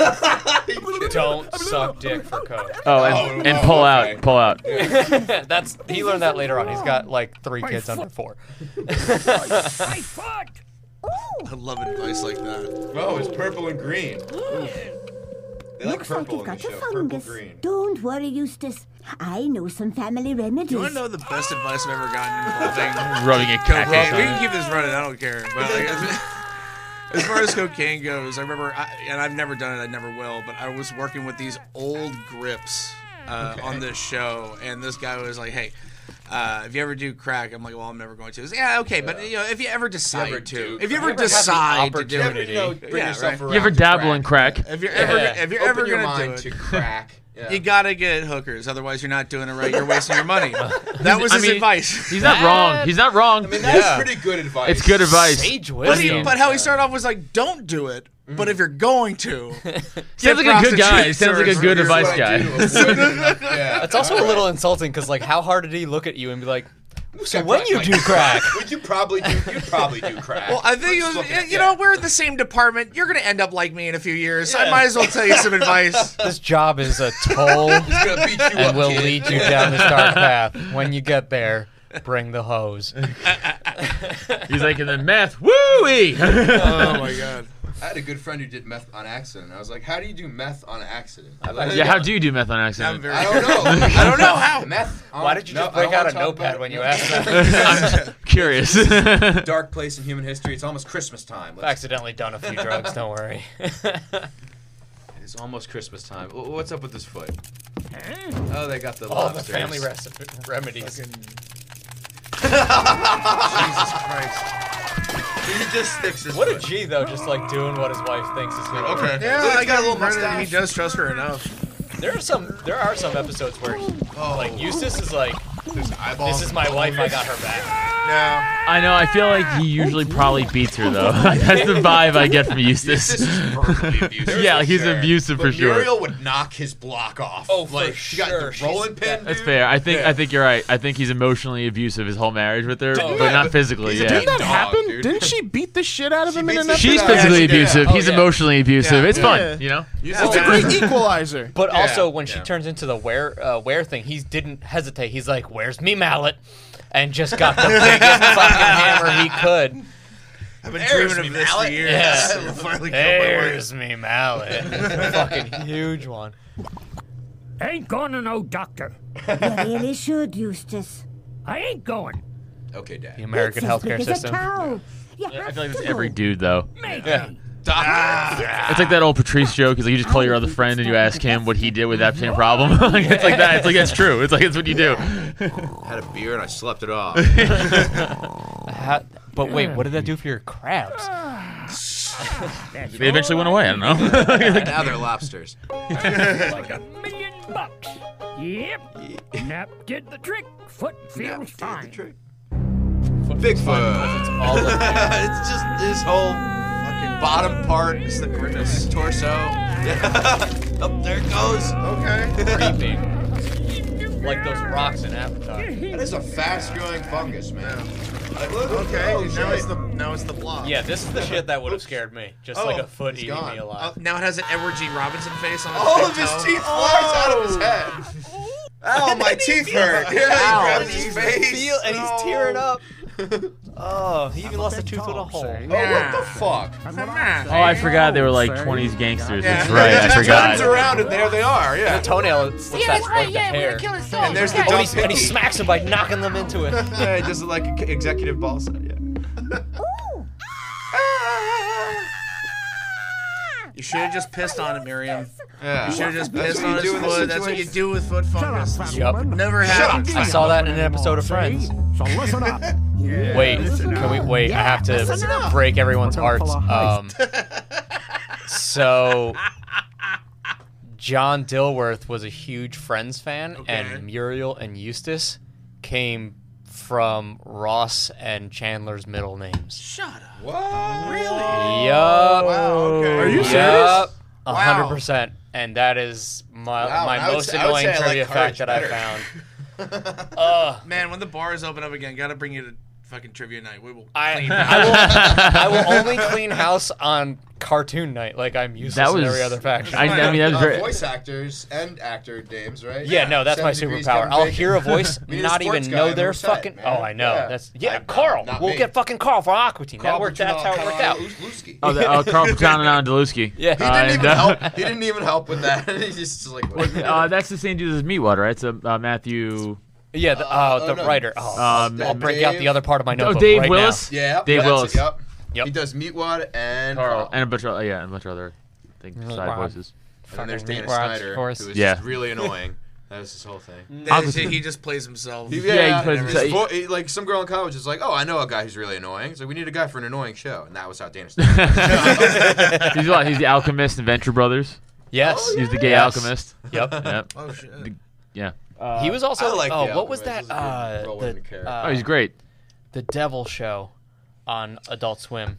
[SPEAKER 6] don't suck dick for coke."
[SPEAKER 4] Oh, and,
[SPEAKER 7] Oh,
[SPEAKER 4] and pull
[SPEAKER 7] okay.
[SPEAKER 4] out, pull out.
[SPEAKER 6] That's he learned that later on. He's got like three kids under four.
[SPEAKER 9] I fought.
[SPEAKER 3] Oh,
[SPEAKER 2] I love advice like that.
[SPEAKER 7] Oh, it's purple and green. They like
[SPEAKER 3] Looks like
[SPEAKER 7] purple
[SPEAKER 3] you've
[SPEAKER 7] in
[SPEAKER 3] got
[SPEAKER 7] the
[SPEAKER 3] a
[SPEAKER 7] show. Purple
[SPEAKER 3] fungus.
[SPEAKER 7] green.
[SPEAKER 3] Don't worry, Eustace. I know some family remedies.
[SPEAKER 2] You want to know the best advice I've ever gotten involving
[SPEAKER 4] Rubbing a
[SPEAKER 2] cocaine.
[SPEAKER 4] cactus
[SPEAKER 2] we
[SPEAKER 4] on
[SPEAKER 2] can
[SPEAKER 4] it.
[SPEAKER 2] keep this running. I don't care. But like, as, as far as cocaine goes, I remember, I, and I've never done it. I never will. But I was working with these old grips uh, on this show, and this guy was like, "Hey." Uh, if you ever do crack, I'm like, well, I'm never going to. He's like, yeah, okay, but you know, if you ever decide
[SPEAKER 7] ever
[SPEAKER 2] to,
[SPEAKER 7] do
[SPEAKER 2] if you ever
[SPEAKER 7] crack. If you ever have the
[SPEAKER 2] decide to do
[SPEAKER 7] Never,
[SPEAKER 2] it,
[SPEAKER 7] you know, bring
[SPEAKER 2] Yeah,
[SPEAKER 7] yourself
[SPEAKER 2] right.
[SPEAKER 7] around
[SPEAKER 4] You ever
[SPEAKER 7] to
[SPEAKER 4] dabble in crack?
[SPEAKER 2] if you're ever,
[SPEAKER 6] Yeah.
[SPEAKER 2] if you're
[SPEAKER 7] Open
[SPEAKER 2] ever
[SPEAKER 7] your
[SPEAKER 2] gonna
[SPEAKER 7] mind
[SPEAKER 2] do it,
[SPEAKER 7] to crack. Yeah.
[SPEAKER 2] you gotta get hookers, otherwise you're not doing it right. You're wasting your money. That was
[SPEAKER 4] I
[SPEAKER 2] his
[SPEAKER 4] mean,
[SPEAKER 2] advice.
[SPEAKER 4] He's not wrong. He's not wrong.
[SPEAKER 7] I mean, that's
[SPEAKER 6] Yeah.
[SPEAKER 7] pretty good advice.
[SPEAKER 4] it's good advice.
[SPEAKER 6] Sage
[SPEAKER 2] But, he,
[SPEAKER 6] wisdom.
[SPEAKER 2] but how he started off was like, don't do it. But if you're going to,
[SPEAKER 4] Mm. Sounds like a good guy.
[SPEAKER 2] prostitutes
[SPEAKER 4] Sounds like
[SPEAKER 2] are-
[SPEAKER 4] a good
[SPEAKER 2] are-
[SPEAKER 4] advice
[SPEAKER 7] What I
[SPEAKER 4] guy.
[SPEAKER 7] do to avoid it. yeah.
[SPEAKER 6] It's also a little insulting because like, how hard did he look at you and be like, "So
[SPEAKER 7] Got
[SPEAKER 6] when
[SPEAKER 7] crack,
[SPEAKER 6] you
[SPEAKER 7] like-
[SPEAKER 6] do crack?"
[SPEAKER 7] Would you probably do? You'd probably do crack.
[SPEAKER 2] Well, I think it
[SPEAKER 7] Just
[SPEAKER 2] was,
[SPEAKER 7] looking at-
[SPEAKER 2] you know,
[SPEAKER 7] yeah.
[SPEAKER 2] we're in the same department. You're gonna end up like me in a few years. I might as well tell you some advice.
[SPEAKER 6] This job is a toll
[SPEAKER 7] It's gonna beat you up,
[SPEAKER 6] and will
[SPEAKER 7] kid.
[SPEAKER 6] lead you down this dark path. When you get there, bring the hose.
[SPEAKER 4] He's like in the meth. Wooey.
[SPEAKER 2] oh my god.
[SPEAKER 7] I had a good friend who did meth on accident. I was like, "How do you do meth on accident?" Like,
[SPEAKER 4] yeah, how do you do meth on
[SPEAKER 2] I'm
[SPEAKER 4] accident?
[SPEAKER 2] very.
[SPEAKER 7] I don't know. I
[SPEAKER 2] don't know how.
[SPEAKER 7] Meth. on-
[SPEAKER 6] Why did you
[SPEAKER 7] no,
[SPEAKER 6] just
[SPEAKER 7] I don't
[SPEAKER 6] break out
[SPEAKER 7] wanna
[SPEAKER 6] a
[SPEAKER 7] talk about
[SPEAKER 6] notepad
[SPEAKER 7] it.
[SPEAKER 6] when you
[SPEAKER 7] Yeah.
[SPEAKER 6] asked that?
[SPEAKER 4] Curious.
[SPEAKER 7] Dark place in human history. It's almost Christmas time. Let's-
[SPEAKER 6] Accidentally done a few drugs. Don't worry.
[SPEAKER 7] It's almost Christmas time. Wh- What's up with this foot? Oh, they got the
[SPEAKER 6] All Hmm. the
[SPEAKER 7] lobsters.
[SPEAKER 6] family recipe- remedies.
[SPEAKER 7] He just sticks his
[SPEAKER 6] What a
[SPEAKER 7] foot.
[SPEAKER 6] G though, just like doing what his wife thinks is good.
[SPEAKER 7] Okay.
[SPEAKER 2] Yeah,
[SPEAKER 7] Look,
[SPEAKER 2] I
[SPEAKER 7] he's got a little
[SPEAKER 2] He
[SPEAKER 7] mustache.
[SPEAKER 2] does trust her enough.
[SPEAKER 6] There are some. There are some episodes where, he,
[SPEAKER 7] Oh,
[SPEAKER 6] like, Eustace is like,
[SPEAKER 7] there's eyeballs.
[SPEAKER 6] "This is my wife. I got her back."
[SPEAKER 2] No.
[SPEAKER 4] I know. I feel like he usually probably beats her though. That's the vibe I get from
[SPEAKER 7] This
[SPEAKER 4] Eustace.
[SPEAKER 7] is verbally abusive.
[SPEAKER 4] Yeah, he's abusive
[SPEAKER 7] But
[SPEAKER 4] for sure.
[SPEAKER 7] Muriel would knock his block off.
[SPEAKER 6] Oh, for
[SPEAKER 7] like she got
[SPEAKER 6] sure.
[SPEAKER 7] the rolling
[SPEAKER 6] She's-
[SPEAKER 7] pin.
[SPEAKER 4] That's
[SPEAKER 7] dude.
[SPEAKER 4] fair. I think
[SPEAKER 7] Yeah.
[SPEAKER 4] I think you're right. I think he's emotionally abusive his whole marriage with her,
[SPEAKER 6] Oh,
[SPEAKER 4] but
[SPEAKER 6] yeah,
[SPEAKER 4] not
[SPEAKER 7] but
[SPEAKER 4] physically.
[SPEAKER 7] he's a
[SPEAKER 4] Yeah.
[SPEAKER 8] Didn't that
[SPEAKER 7] Dog,
[SPEAKER 8] happen?
[SPEAKER 7] dude.
[SPEAKER 8] Didn't she beat the shit out of him in
[SPEAKER 7] beats
[SPEAKER 8] an
[SPEAKER 7] the shit
[SPEAKER 4] She's
[SPEAKER 7] out of
[SPEAKER 8] episode?
[SPEAKER 7] him.
[SPEAKER 4] physically
[SPEAKER 7] Yeah, she-
[SPEAKER 4] abusive.
[SPEAKER 7] yeah.
[SPEAKER 4] He's
[SPEAKER 6] Oh, yeah.
[SPEAKER 4] emotionally abusive.
[SPEAKER 2] Yeah.
[SPEAKER 4] It's
[SPEAKER 8] Yeah.
[SPEAKER 4] fun, you know.
[SPEAKER 8] It's a great equalizer.
[SPEAKER 6] But also,
[SPEAKER 7] Yeah.
[SPEAKER 6] when she turns into the where uh, where thing, he didn't hesitate. He's like, "Where's me mallet?" And just got the biggest fucking hammer he could.
[SPEAKER 2] I've been
[SPEAKER 7] There's
[SPEAKER 2] dreaming of
[SPEAKER 7] me,
[SPEAKER 2] this for
[SPEAKER 7] Alec.
[SPEAKER 2] years.
[SPEAKER 6] Yeah.
[SPEAKER 2] I finally killed my wife.
[SPEAKER 6] There's me mallet, fucking huge one.
[SPEAKER 9] Ain't going to no doctor.
[SPEAKER 3] You really should, Eustace.
[SPEAKER 9] I ain't going.
[SPEAKER 7] Okay, Dad.
[SPEAKER 6] The American
[SPEAKER 3] it's as big
[SPEAKER 6] healthcare
[SPEAKER 3] as
[SPEAKER 6] system.
[SPEAKER 3] A cow. You
[SPEAKER 4] I
[SPEAKER 3] have
[SPEAKER 4] feel like
[SPEAKER 3] to
[SPEAKER 4] that's every
[SPEAKER 3] go.
[SPEAKER 4] dude though.
[SPEAKER 9] Make
[SPEAKER 6] Yeah.
[SPEAKER 9] me.
[SPEAKER 2] Doc.
[SPEAKER 4] It's like that old Patrice joke. Is like you just call your other friend and you ask him what he did with that same problem. like, it's like that. It's like that's true. It's like it's what you do.
[SPEAKER 7] Had a beer and I slept it off.
[SPEAKER 6] Ha- but wait, what did that do for your crabs?
[SPEAKER 4] They eventually went away. I don't know.
[SPEAKER 7] now they're lobsters.
[SPEAKER 9] Million bucks. Yep. Nap did the trick. Foot feels fine.
[SPEAKER 7] Bigfoot.
[SPEAKER 6] All of them.
[SPEAKER 7] it's just his whole fucking bottom part, his
[SPEAKER 2] the grimace.
[SPEAKER 7] torso. Up there it goes.
[SPEAKER 2] Okay.
[SPEAKER 6] like those rocks in Avatar.
[SPEAKER 7] That is a fast-growing fungus, man. Like, look,
[SPEAKER 2] Okay.
[SPEAKER 7] oh,
[SPEAKER 2] now
[SPEAKER 7] shit.
[SPEAKER 2] it's the now it's the blob.
[SPEAKER 6] Yeah, this is the shit that would have scared me. Just like a foot eating
[SPEAKER 7] gone.
[SPEAKER 6] me
[SPEAKER 2] Uh,
[SPEAKER 6] alive.
[SPEAKER 2] now it has an Edward G. Robinson face on it.
[SPEAKER 7] All of his teeth flies out of his head. Ow, Oh, my teeth hurt. Yeah,
[SPEAKER 6] Ow.
[SPEAKER 7] he grabs his
[SPEAKER 6] He's
[SPEAKER 7] face.
[SPEAKER 6] Feel- and he's tearing up. Oh, he even lost a tooth with a hole.
[SPEAKER 7] Oh, what the fuck?
[SPEAKER 2] Come on.
[SPEAKER 4] Oh, I forgot they were like 20s gangsters. That's
[SPEAKER 2] Yeah.
[SPEAKER 4] right. I
[SPEAKER 7] He turns
[SPEAKER 4] forgot.
[SPEAKER 7] around and there they are. Yeah.
[SPEAKER 6] Toenail slips out from the hair.
[SPEAKER 7] And there's the
[SPEAKER 6] Oh,
[SPEAKER 7] dumb
[SPEAKER 6] he's- and he
[SPEAKER 7] piggy.
[SPEAKER 6] smacks him by knocking them into it.
[SPEAKER 7] Yeah, just like a c- executive ball set. Yeah.
[SPEAKER 2] You should have just pissed on it, Miriam.
[SPEAKER 7] Yeah.
[SPEAKER 2] You should have just
[SPEAKER 7] That's
[SPEAKER 2] pissed
[SPEAKER 7] what you
[SPEAKER 2] on his
[SPEAKER 7] do in this
[SPEAKER 2] foot. That's what you
[SPEAKER 7] situation.
[SPEAKER 2] do with foot fungus. Never
[SPEAKER 7] up.
[SPEAKER 2] happens.
[SPEAKER 6] I saw that in an episode of Friends.
[SPEAKER 9] So listen up.
[SPEAKER 6] Wait, can we wait? I have
[SPEAKER 9] listen
[SPEAKER 6] to
[SPEAKER 9] up.
[SPEAKER 6] break everyone's
[SPEAKER 9] We're gonna
[SPEAKER 6] hearts.
[SPEAKER 9] pull a
[SPEAKER 6] Um, so John Dilworth was a huge Friends fan,
[SPEAKER 2] Okay.
[SPEAKER 6] and Muriel and Eustace came from Ross and Chandler's middle names.
[SPEAKER 2] Shut up.
[SPEAKER 7] What?
[SPEAKER 2] Really?
[SPEAKER 6] Yup.
[SPEAKER 7] Wow, okay.
[SPEAKER 8] Are you
[SPEAKER 6] Yup.
[SPEAKER 8] serious?
[SPEAKER 6] A hundred percent. And that is my,
[SPEAKER 7] Wow, I
[SPEAKER 6] my
[SPEAKER 7] would
[SPEAKER 6] most
[SPEAKER 7] say- I would
[SPEAKER 6] annoying
[SPEAKER 7] say I like
[SPEAKER 6] trivia fact
[SPEAKER 7] Courage
[SPEAKER 6] that I
[SPEAKER 7] better.
[SPEAKER 6] found.
[SPEAKER 2] Man, when the bars open up again, gotta bring you to fucking trivia night. We will.
[SPEAKER 6] I, I, will, I will only clean house on cartoon night, like I'm useless
[SPEAKER 4] That
[SPEAKER 6] in
[SPEAKER 4] was.
[SPEAKER 6] every other faction.
[SPEAKER 4] I, I mean, that was
[SPEAKER 7] Uh,
[SPEAKER 4] very.
[SPEAKER 7] voice actors and actor names, right?
[SPEAKER 6] Yeah, no, that's my
[SPEAKER 7] Seven degrees,
[SPEAKER 6] superpower.
[SPEAKER 7] Kevin
[SPEAKER 6] I'll
[SPEAKER 7] Bacon.
[SPEAKER 6] hear a voice,
[SPEAKER 7] Be the
[SPEAKER 6] not
[SPEAKER 7] sports
[SPEAKER 6] even
[SPEAKER 7] guy
[SPEAKER 6] know
[SPEAKER 7] on
[SPEAKER 6] they're
[SPEAKER 7] the set,
[SPEAKER 6] fucking.
[SPEAKER 7] man.
[SPEAKER 6] Oh, I know.
[SPEAKER 7] Yeah.
[SPEAKER 6] That's yeah,
[SPEAKER 7] I-
[SPEAKER 6] Carl.
[SPEAKER 7] not
[SPEAKER 6] we'll
[SPEAKER 7] me.
[SPEAKER 6] get fucking Carl from Aqua Team.
[SPEAKER 7] Carl
[SPEAKER 6] that worked.
[SPEAKER 7] Bertino-
[SPEAKER 6] That's how it worked
[SPEAKER 7] Carl
[SPEAKER 6] out.
[SPEAKER 7] Lusky.
[SPEAKER 4] Oh, the, oh, Carl Patano and Deluski.
[SPEAKER 6] Yeah. He
[SPEAKER 7] He didn't even
[SPEAKER 4] and, uh,
[SPEAKER 7] help. He didn't even help with that. He's just like, whatever.
[SPEAKER 4] Uh, that's the same dude as Meatwater, right? It's uh, uh, Matthew.
[SPEAKER 6] Yeah, the,
[SPEAKER 7] Uh,
[SPEAKER 6] oh, the
[SPEAKER 7] oh, no.
[SPEAKER 6] writer. Oh,
[SPEAKER 4] Um,
[SPEAKER 6] I'll break out the
[SPEAKER 7] Dave-
[SPEAKER 6] other part of my
[SPEAKER 4] Oh,
[SPEAKER 6] notebook.
[SPEAKER 4] Dave
[SPEAKER 6] right
[SPEAKER 4] Willis.
[SPEAKER 7] yeah,
[SPEAKER 4] Dave
[SPEAKER 7] that's it,
[SPEAKER 4] Willis.
[SPEAKER 7] Yep.
[SPEAKER 6] Yep.
[SPEAKER 7] He does Meatwad and
[SPEAKER 4] Carl. And a bunch of, yeah, and a bunch of other things, side
[SPEAKER 6] Wow.
[SPEAKER 4] voices.
[SPEAKER 7] And then there's
[SPEAKER 6] Fucking
[SPEAKER 7] Dan
[SPEAKER 6] Meatwad,
[SPEAKER 7] Snyder,
[SPEAKER 6] of
[SPEAKER 7] who
[SPEAKER 6] course.
[SPEAKER 7] is
[SPEAKER 4] Yeah.
[SPEAKER 7] just really annoying. That was his whole
[SPEAKER 6] Mm.
[SPEAKER 7] thing.
[SPEAKER 2] That is it, he just plays himself.
[SPEAKER 7] He-
[SPEAKER 4] Yeah, he plays
[SPEAKER 7] his
[SPEAKER 4] himself.
[SPEAKER 7] vo- he- like some girl in college is like, "Oh, I know a guy who's really annoying." So we need a guy for an annoying show, and that was how Dan Snyder.
[SPEAKER 4] He's, what, he's the alchemist in Venture Brothers.
[SPEAKER 6] Now. Yes.
[SPEAKER 4] He's the gay
[SPEAKER 6] Yes.
[SPEAKER 4] alchemist.
[SPEAKER 6] Yep.
[SPEAKER 4] Yep.
[SPEAKER 2] Oh shit.
[SPEAKER 4] Yeah.
[SPEAKER 6] he was
[SPEAKER 7] I
[SPEAKER 6] also
[SPEAKER 7] like
[SPEAKER 6] like.
[SPEAKER 7] the
[SPEAKER 6] Oh, what was that?
[SPEAKER 7] Alchemist.
[SPEAKER 6] Uh,
[SPEAKER 7] It was a good role in the
[SPEAKER 6] the,
[SPEAKER 4] Oh,
[SPEAKER 7] character.
[SPEAKER 6] uh,
[SPEAKER 4] he's great.
[SPEAKER 6] the Devil Show on Adult Swim.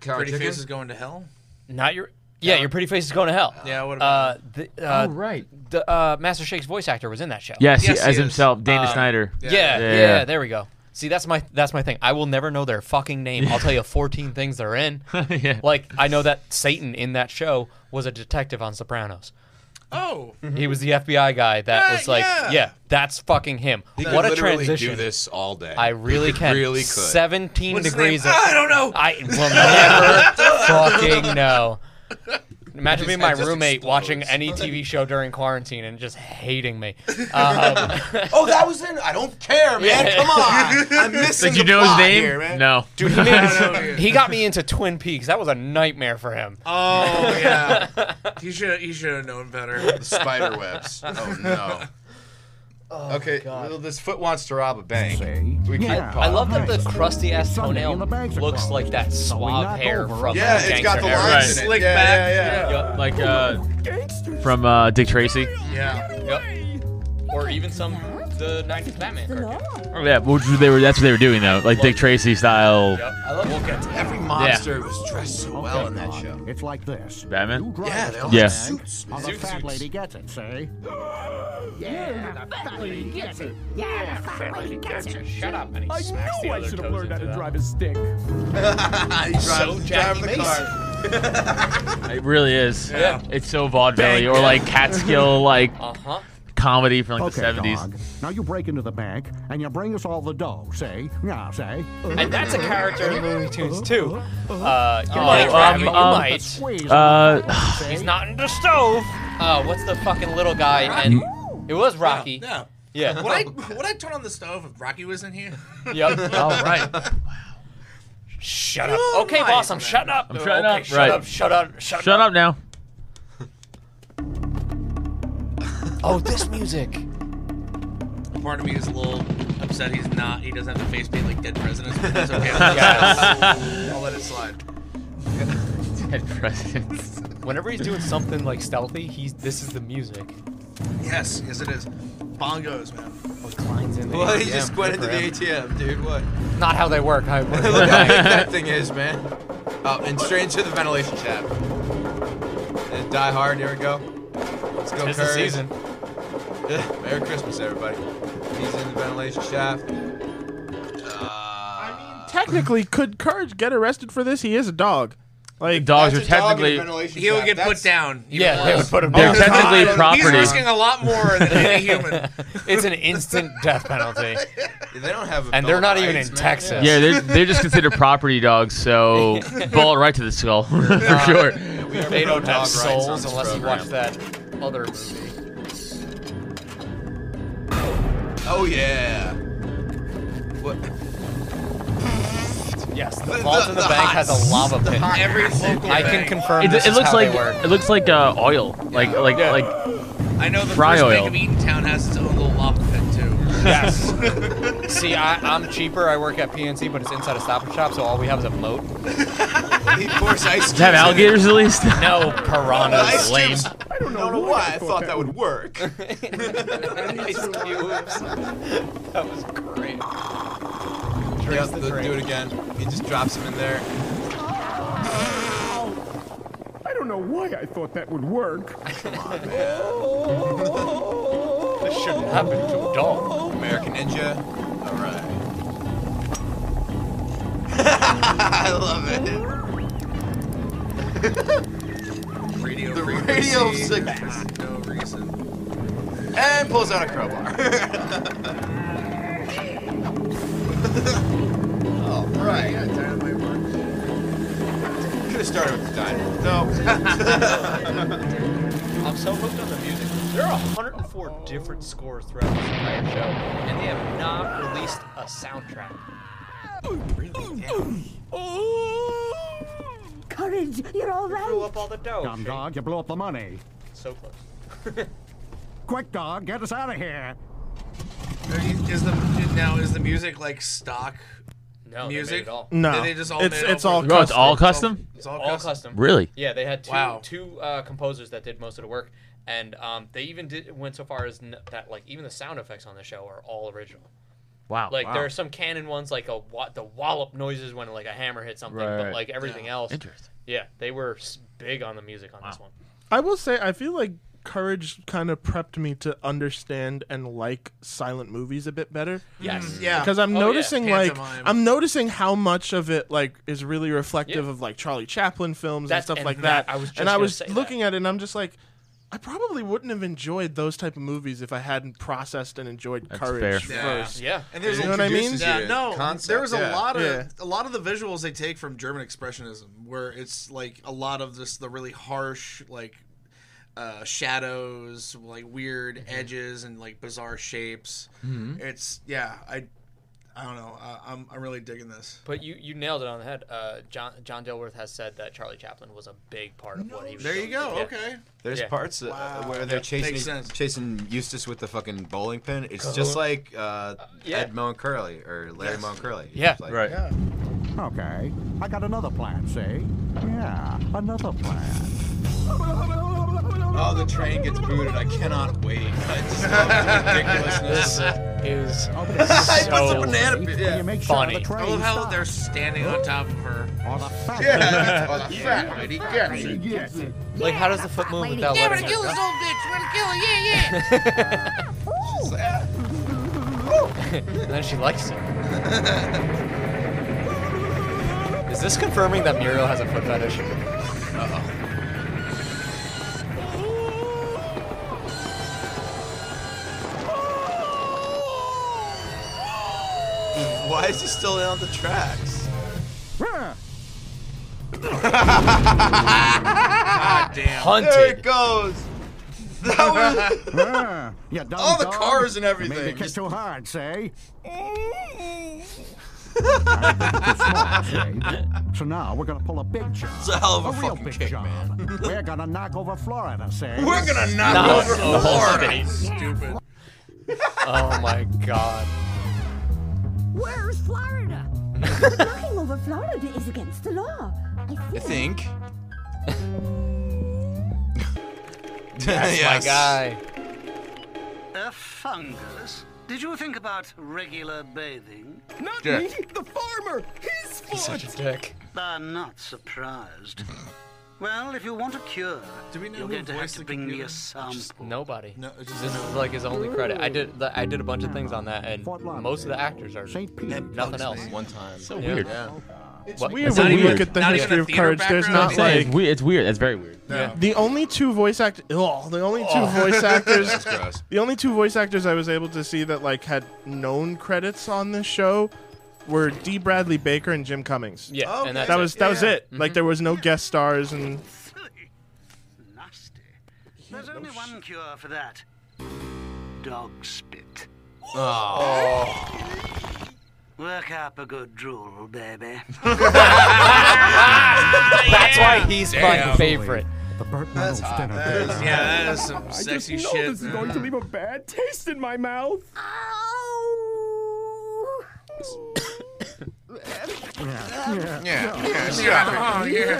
[SPEAKER 7] Count
[SPEAKER 2] Pretty
[SPEAKER 7] Chicken?
[SPEAKER 2] face is going to hell.
[SPEAKER 6] Mm-hmm. Not your. Yeah, your pretty face is going to hell.
[SPEAKER 2] Yeah, what about?
[SPEAKER 6] Uh, the, uh,
[SPEAKER 4] right.
[SPEAKER 6] the uh, Master Shake's voice actor was in that show.
[SPEAKER 4] Yes, he-
[SPEAKER 2] Yes, he
[SPEAKER 4] as
[SPEAKER 2] is.
[SPEAKER 4] himself, Dana Snyder.
[SPEAKER 6] Yeah,
[SPEAKER 4] Yeah.
[SPEAKER 6] yeah, There we go. See, that's my that's my thing. I will never know their fucking name. I'll tell you 14 things they're in.
[SPEAKER 4] Yeah.
[SPEAKER 6] Like I know that Satan in that show was a detective on Sopranos.
[SPEAKER 2] oh,
[SPEAKER 7] Mm-hmm.
[SPEAKER 6] He was the FBI guy that
[SPEAKER 2] Yeah,
[SPEAKER 6] was like,
[SPEAKER 2] yeah.
[SPEAKER 6] yeah. that's fucking him.
[SPEAKER 7] He could
[SPEAKER 6] what a
[SPEAKER 7] literally
[SPEAKER 6] transition.
[SPEAKER 7] Do this all day.
[SPEAKER 6] I really
[SPEAKER 7] He
[SPEAKER 6] can.
[SPEAKER 7] Really could.
[SPEAKER 6] 17
[SPEAKER 2] what's his name?
[SPEAKER 6] degrees. Of,
[SPEAKER 2] I don't know.
[SPEAKER 6] I will never fucking know. Imagine being
[SPEAKER 7] I
[SPEAKER 6] my
[SPEAKER 7] just
[SPEAKER 6] roommate
[SPEAKER 7] explodes.
[SPEAKER 6] watching any TV show during quarantine and just hating me. Um,
[SPEAKER 7] Oh, that was in. I don't care, man.
[SPEAKER 6] Yeah.
[SPEAKER 7] Come on. I'm missing
[SPEAKER 4] Did you
[SPEAKER 7] the
[SPEAKER 4] know his
[SPEAKER 7] plot
[SPEAKER 4] name?
[SPEAKER 7] here, man.
[SPEAKER 4] No.
[SPEAKER 6] Dude, he,
[SPEAKER 2] don't know either.
[SPEAKER 6] made, he got me into Twin Peaks. That was a nightmare for him.
[SPEAKER 2] Oh yeah. he should he should have known better.
[SPEAKER 7] The spider webs. Oh no. okay, well, this foot wants to rob a bank. We keep
[SPEAKER 9] Yeah.
[SPEAKER 6] I
[SPEAKER 7] pausing.
[SPEAKER 6] love that the crusty ass
[SPEAKER 9] Sunday
[SPEAKER 6] toenail
[SPEAKER 9] and the bags are
[SPEAKER 6] looks
[SPEAKER 9] closed.
[SPEAKER 6] like that suave
[SPEAKER 9] not
[SPEAKER 6] hair
[SPEAKER 9] over.
[SPEAKER 6] from
[SPEAKER 7] Yeah,
[SPEAKER 6] uh,
[SPEAKER 7] it's got
[SPEAKER 6] Gangster
[SPEAKER 7] the
[SPEAKER 6] Era.
[SPEAKER 7] lines in it.
[SPEAKER 2] Slick
[SPEAKER 7] yeah,
[SPEAKER 2] back.
[SPEAKER 7] Yeah, yeah.
[SPEAKER 4] Yup, Like uh, from uh, Dick Tracy.
[SPEAKER 2] Yeah.
[SPEAKER 6] Yup. Or even some the 90s Batman cartoon.
[SPEAKER 4] Oh, yeah, which was- they were. That's what they were doing though, like Dick Tracy style.
[SPEAKER 6] Yup.
[SPEAKER 7] We'll get to- every monster was dressed so
[SPEAKER 5] Oh,
[SPEAKER 7] well in that show.
[SPEAKER 9] It's like this.
[SPEAKER 4] Batman?
[SPEAKER 9] You drive
[SPEAKER 7] Yeah,
[SPEAKER 9] it
[SPEAKER 7] they
[SPEAKER 9] to
[SPEAKER 7] all
[SPEAKER 9] the
[SPEAKER 4] Yeah.
[SPEAKER 9] bank,
[SPEAKER 7] suits,
[SPEAKER 9] or the
[SPEAKER 7] suit
[SPEAKER 9] fat
[SPEAKER 7] suits.
[SPEAKER 9] lady gets it, say? Yeah, the fat lady gets it.
[SPEAKER 3] Yeah, the fat lady gets it.
[SPEAKER 6] Shut up, and he smacks the other toes into that.
[SPEAKER 9] a stick.
[SPEAKER 7] He drives,
[SPEAKER 6] So Jackie
[SPEAKER 7] driving the car.
[SPEAKER 4] It really is.
[SPEAKER 6] Yeah.
[SPEAKER 4] It's so vaudeville or like Catskill like
[SPEAKER 6] Uh-huh.
[SPEAKER 4] comedy from like
[SPEAKER 9] Okay,
[SPEAKER 4] the 70s.
[SPEAKER 9] dog. Now you break into the bank and you bring us all the dough, say? Yeah, say.
[SPEAKER 6] And that's a character in Looney Tunes too. Uh, you
[SPEAKER 4] Oh,
[SPEAKER 6] might,
[SPEAKER 4] um,
[SPEAKER 6] Rabbit, you
[SPEAKER 4] um,
[SPEAKER 6] might.
[SPEAKER 9] Squeeze
[SPEAKER 4] Uh,
[SPEAKER 6] He's not in the stove. Uh, what's the fucking little guy? And it was Rocky.
[SPEAKER 2] Yeah.
[SPEAKER 6] Yeah.
[SPEAKER 2] Would I would I turn on the stove if Rocky was in here?
[SPEAKER 6] Yep.
[SPEAKER 4] all right.
[SPEAKER 6] Shut up. Okay, boss, I'm shutting up. I'm
[SPEAKER 4] shutting
[SPEAKER 6] okay,
[SPEAKER 4] up,
[SPEAKER 6] Shut
[SPEAKER 4] right.
[SPEAKER 6] up. Shut up. Shut,
[SPEAKER 4] Shut up now.
[SPEAKER 6] Oh, this music.
[SPEAKER 2] Part of me is a little upset he's not. He doesn't have to face paint like dead presidents. But that's okay. I'll let it slide.
[SPEAKER 4] Dead presidents.
[SPEAKER 6] Whenever he's doing something like stealthy, he's this is the music.
[SPEAKER 2] Yes, yes, it is. Bongos, man.
[SPEAKER 6] Oh, Klein's in there.
[SPEAKER 5] Well, he
[SPEAKER 6] Yeah,
[SPEAKER 5] just went into
[SPEAKER 6] good
[SPEAKER 5] the
[SPEAKER 6] for him.
[SPEAKER 5] ATM, dude. What?
[SPEAKER 6] Not how they work. How it
[SPEAKER 5] Look
[SPEAKER 6] works.
[SPEAKER 5] how big that thing is, man. Oh, and straight into the ventilation shaft. And die hard. Here we go. Let's go,
[SPEAKER 6] It's the
[SPEAKER 5] Curry.
[SPEAKER 6] season.
[SPEAKER 5] Merry Christmas, everybody. He's in the ventilation shaft.
[SPEAKER 8] Technically, could Courage get arrested for this? He is a dog. Like
[SPEAKER 4] Dogs
[SPEAKER 7] That's
[SPEAKER 4] are
[SPEAKER 7] a dog in a
[SPEAKER 4] Oh, technically
[SPEAKER 7] ventilation
[SPEAKER 2] He will
[SPEAKER 7] shaft.
[SPEAKER 2] get
[SPEAKER 7] That's-
[SPEAKER 2] put down. even
[SPEAKER 6] Yeah, they would
[SPEAKER 2] worse.
[SPEAKER 6] put him
[SPEAKER 4] they're
[SPEAKER 6] down.
[SPEAKER 4] technically
[SPEAKER 2] He's
[SPEAKER 4] property.
[SPEAKER 2] risking a lot more than any human.
[SPEAKER 6] It's an instant death penalty,
[SPEAKER 5] They don't have. a
[SPEAKER 6] and they're
[SPEAKER 5] bill of
[SPEAKER 6] not even in
[SPEAKER 5] rights, man.
[SPEAKER 6] Texas.
[SPEAKER 4] Yeah, they're, they're just considered property dogs, so ball right to the skull for sure.
[SPEAKER 5] We are
[SPEAKER 6] They don't
[SPEAKER 5] pro-dog
[SPEAKER 6] have
[SPEAKER 5] rights on
[SPEAKER 6] souls
[SPEAKER 5] this
[SPEAKER 6] unless you
[SPEAKER 5] program.
[SPEAKER 6] watch that other movie.
[SPEAKER 5] Oh yeah. What?
[SPEAKER 6] Yes, the
[SPEAKER 5] The-
[SPEAKER 6] vault
[SPEAKER 5] the-
[SPEAKER 6] in the,
[SPEAKER 5] the
[SPEAKER 6] bank
[SPEAKER 5] hot-
[SPEAKER 6] has a lava pit.
[SPEAKER 2] Every local
[SPEAKER 6] I can
[SPEAKER 2] bank.
[SPEAKER 6] confirm.
[SPEAKER 4] It,
[SPEAKER 6] this
[SPEAKER 4] it
[SPEAKER 6] is
[SPEAKER 4] looks
[SPEAKER 6] how they
[SPEAKER 4] like
[SPEAKER 6] work.
[SPEAKER 4] it looks like uh, oil, like like like
[SPEAKER 2] I know the
[SPEAKER 4] Fry
[SPEAKER 2] first
[SPEAKER 4] oil.
[SPEAKER 2] bank of Eatontown has its own little lava pit too.
[SPEAKER 6] Yes. See, I, I'm cheaper. I work at PNC, but it's inside a Stop and Shop, so all we have is a moat.
[SPEAKER 5] He pours ice cubes.
[SPEAKER 4] does it have
[SPEAKER 5] in it.
[SPEAKER 4] alligators at least.
[SPEAKER 6] No
[SPEAKER 5] Ice
[SPEAKER 6] Oh, piranhas. Lame.
[SPEAKER 5] cubes. I don't know, why I thought that would work.
[SPEAKER 6] Ice cubes. That was great.
[SPEAKER 5] yep,
[SPEAKER 6] Drinks the
[SPEAKER 5] the- do it
[SPEAKER 6] drink.
[SPEAKER 5] again. He just drops him in there.
[SPEAKER 10] I don't know why I thought that would work.
[SPEAKER 6] This shouldn't happen to a dog.
[SPEAKER 5] American Ninja. All right. I love it.
[SPEAKER 2] Radio
[SPEAKER 5] The
[SPEAKER 2] frequency. Ah,
[SPEAKER 5] radio signals.
[SPEAKER 2] No reason.
[SPEAKER 5] And pulls out a crowbar. All right. Could have started with the dynamite. No.
[SPEAKER 6] I'm so hooked on the music. There are 104 different scores throughout this entire show, and they have not released a soundtrack.
[SPEAKER 3] Courage, you're all
[SPEAKER 6] Blew
[SPEAKER 3] right.
[SPEAKER 6] up all the dough.
[SPEAKER 9] Dumb
[SPEAKER 6] Shane.
[SPEAKER 9] Um, dog, you blew up the money.
[SPEAKER 6] So close.
[SPEAKER 9] Quick, dog, get us out of here.
[SPEAKER 2] Is the now is the music like stock
[SPEAKER 6] No, they made
[SPEAKER 2] music?
[SPEAKER 6] it all.
[SPEAKER 8] No.
[SPEAKER 2] Did they just all
[SPEAKER 8] It's-
[SPEAKER 2] made it
[SPEAKER 8] it's
[SPEAKER 2] up
[SPEAKER 8] all
[SPEAKER 2] for-
[SPEAKER 4] Oh, it's all custom.
[SPEAKER 2] It's all,
[SPEAKER 6] Mm. All
[SPEAKER 2] custom.
[SPEAKER 6] custom.
[SPEAKER 4] Really?
[SPEAKER 6] Yeah, they had two
[SPEAKER 2] Wow.
[SPEAKER 6] two uh, composers that did most of the work, and um, they even did went so far as n- that like even the sound effects on the show are all original.
[SPEAKER 4] Wow.
[SPEAKER 6] Like there are some canon ones like a wa- the wallop noises when like a hammer hits something,
[SPEAKER 4] Right,
[SPEAKER 6] but
[SPEAKER 4] right.
[SPEAKER 6] like everything else,
[SPEAKER 4] Interesting.
[SPEAKER 6] yeah, they were s- big on the music on this one.
[SPEAKER 8] I will say, I feel like Courage kind of prepped me to understand and like silent movies a bit better.
[SPEAKER 2] Hmm.
[SPEAKER 6] Yes.
[SPEAKER 2] Yeah.
[SPEAKER 8] because I'm
[SPEAKER 6] Oh, yeah,
[SPEAKER 8] noticing like
[SPEAKER 2] pantomime.
[SPEAKER 8] I'm noticing how much of it like is really reflective
[SPEAKER 6] Yeah.
[SPEAKER 8] of like Charlie Chaplin films
[SPEAKER 6] That's-
[SPEAKER 8] and stuff
[SPEAKER 6] and
[SPEAKER 8] like
[SPEAKER 6] that-
[SPEAKER 8] that.
[SPEAKER 6] I was just
[SPEAKER 8] and I
[SPEAKER 6] gonna
[SPEAKER 8] was
[SPEAKER 6] say that.
[SPEAKER 8] looking at it and I'm just like, I probably wouldn't have enjoyed those type of movies if I hadn't processed and enjoyed
[SPEAKER 4] That's
[SPEAKER 8] Courage
[SPEAKER 4] fair.
[SPEAKER 2] Yeah.
[SPEAKER 8] first.
[SPEAKER 6] Yeah.
[SPEAKER 2] And there's
[SPEAKER 8] You
[SPEAKER 2] a
[SPEAKER 8] know what I mean?
[SPEAKER 5] Introduces you
[SPEAKER 2] Yeah,
[SPEAKER 5] to
[SPEAKER 2] no.
[SPEAKER 5] concept,
[SPEAKER 2] there was a
[SPEAKER 5] yeah.
[SPEAKER 2] lot of
[SPEAKER 8] Yeah.
[SPEAKER 2] a lot of the visuals they take from German expressionism, where it's like a lot of this the really harsh like uh, shadows, like weird
[SPEAKER 6] Mm-hmm.
[SPEAKER 2] edges and like bizarre shapes. It's yeah, I I don't know. I, I'm I'm really digging this.
[SPEAKER 6] But you, you nailed it on the head. Uh, John John Dilworth has said that Charlie Chaplin was a big part of what he was.
[SPEAKER 2] There you
[SPEAKER 6] doing.
[SPEAKER 2] go.
[SPEAKER 6] Yeah.
[SPEAKER 2] Okay.
[SPEAKER 7] There's
[SPEAKER 6] Yeah.
[SPEAKER 7] parts uh, where they're
[SPEAKER 2] Makes
[SPEAKER 7] chasing
[SPEAKER 2] sense.
[SPEAKER 7] chasing Eustace with the fucking bowling pin. It's just like uh,
[SPEAKER 6] yeah.
[SPEAKER 7] Ed Moan Curly or Larry Moan Curly.
[SPEAKER 6] Yeah.
[SPEAKER 4] Right.
[SPEAKER 9] Okay, I got another plan, see? Yeah, another plan.
[SPEAKER 5] Oh, the train gets booted. I cannot wait. I just love the ridiculousness.
[SPEAKER 6] uh, Is
[SPEAKER 2] Oh,
[SPEAKER 5] he puts
[SPEAKER 6] So
[SPEAKER 5] a banana. bit-
[SPEAKER 9] Will you
[SPEAKER 5] Yeah.
[SPEAKER 9] make sure
[SPEAKER 6] Funny.
[SPEAKER 9] the train
[SPEAKER 5] Oh,
[SPEAKER 2] I love how they're
[SPEAKER 9] stops?
[SPEAKER 2] standing on top of her.
[SPEAKER 9] Or the fact
[SPEAKER 5] Yeah.
[SPEAKER 9] that
[SPEAKER 5] that's all the fat lady gets.
[SPEAKER 9] he gets it.
[SPEAKER 6] like how does the foot move without letting her go?
[SPEAKER 3] old bitch. We're gonna kill her. Yeah, yeah.
[SPEAKER 6] And then she likes it. Is this confirming that Muriel has a foot fetish?
[SPEAKER 5] Why is he still on the tracks?
[SPEAKER 9] Huh.
[SPEAKER 5] There it
[SPEAKER 6] Hunted.
[SPEAKER 5] goes. Oh, That was.
[SPEAKER 9] Huh. you dumb
[SPEAKER 5] All the
[SPEAKER 9] dog.
[SPEAKER 5] cars and
[SPEAKER 9] You made me
[SPEAKER 5] everything.
[SPEAKER 9] kick
[SPEAKER 5] Just-
[SPEAKER 9] too hard, see? So now we're gonna pull a big job.
[SPEAKER 5] It's a hell of a
[SPEAKER 9] real
[SPEAKER 5] fucking
[SPEAKER 9] big
[SPEAKER 5] kick,
[SPEAKER 9] job.
[SPEAKER 5] man.
[SPEAKER 9] we're gonna knock over Florida, say.
[SPEAKER 5] We're gonna knock
[SPEAKER 6] Nah,
[SPEAKER 5] over
[SPEAKER 6] the whole
[SPEAKER 5] Florida.
[SPEAKER 2] Stupid.
[SPEAKER 6] Oh my god.
[SPEAKER 3] Where's Florida? Knocking over Florida is against the law. I
[SPEAKER 5] I
[SPEAKER 3] think.
[SPEAKER 5] think.
[SPEAKER 6] That's
[SPEAKER 5] Yes.
[SPEAKER 6] my guy.
[SPEAKER 9] A fungus? Did you think about regular bathing?
[SPEAKER 10] Not
[SPEAKER 5] Yeah.
[SPEAKER 10] me, the farmer. His
[SPEAKER 6] He's
[SPEAKER 10] fault.
[SPEAKER 6] such a dick.
[SPEAKER 9] I'm not surprised. well, if you want a cure,
[SPEAKER 2] Do we know
[SPEAKER 9] you're
[SPEAKER 2] who
[SPEAKER 9] going to have
[SPEAKER 2] voiced
[SPEAKER 9] to
[SPEAKER 2] the
[SPEAKER 9] bring me
[SPEAKER 2] computer?
[SPEAKER 9] a sample.
[SPEAKER 6] Nobody.
[SPEAKER 2] No, it's just
[SPEAKER 6] This is like his only credit. I did the, I did a bunch of things on that, and most of the actors are
[SPEAKER 9] St. Peter.
[SPEAKER 6] nothing else.
[SPEAKER 5] One time. So
[SPEAKER 6] Yeah.
[SPEAKER 4] Weird.
[SPEAKER 5] Yeah.
[SPEAKER 4] What-
[SPEAKER 8] Weird
[SPEAKER 4] it's
[SPEAKER 8] when
[SPEAKER 4] not
[SPEAKER 8] we
[SPEAKER 4] even
[SPEAKER 8] look
[SPEAKER 4] weird.
[SPEAKER 8] at the
[SPEAKER 2] Not even
[SPEAKER 8] history
[SPEAKER 2] a
[SPEAKER 8] of
[SPEAKER 2] theater
[SPEAKER 8] courage. There's
[SPEAKER 2] background?
[SPEAKER 8] not
[SPEAKER 4] Yeah,
[SPEAKER 8] like
[SPEAKER 4] it's weird. It's weird. That's very weird.
[SPEAKER 2] no.
[SPEAKER 8] the only two voice actors. Oh, the only two voice actors.
[SPEAKER 7] Gross.
[SPEAKER 8] The only two voice actors I was able to see that like had known credits on this show were D. Bradley Baker and Jim Cummings.
[SPEAKER 6] Yeah,
[SPEAKER 2] Okay.
[SPEAKER 6] and that's
[SPEAKER 8] That
[SPEAKER 6] it.
[SPEAKER 8] was that was it. Like there was no guest stars and
[SPEAKER 9] Silly. Nasty. There's only one cure for that. Dog spit. Oh. Work up a good drool, baby.
[SPEAKER 6] That's why he's my favorite.
[SPEAKER 9] The Burt Reynolds dinner
[SPEAKER 2] That is- yeah, that is some sexy
[SPEAKER 10] I just know
[SPEAKER 2] shit.
[SPEAKER 10] this is going to leave a bad taste in my mouth.
[SPEAKER 3] Ow!
[SPEAKER 5] Yeah. Yeah.
[SPEAKER 2] Oh, yeah.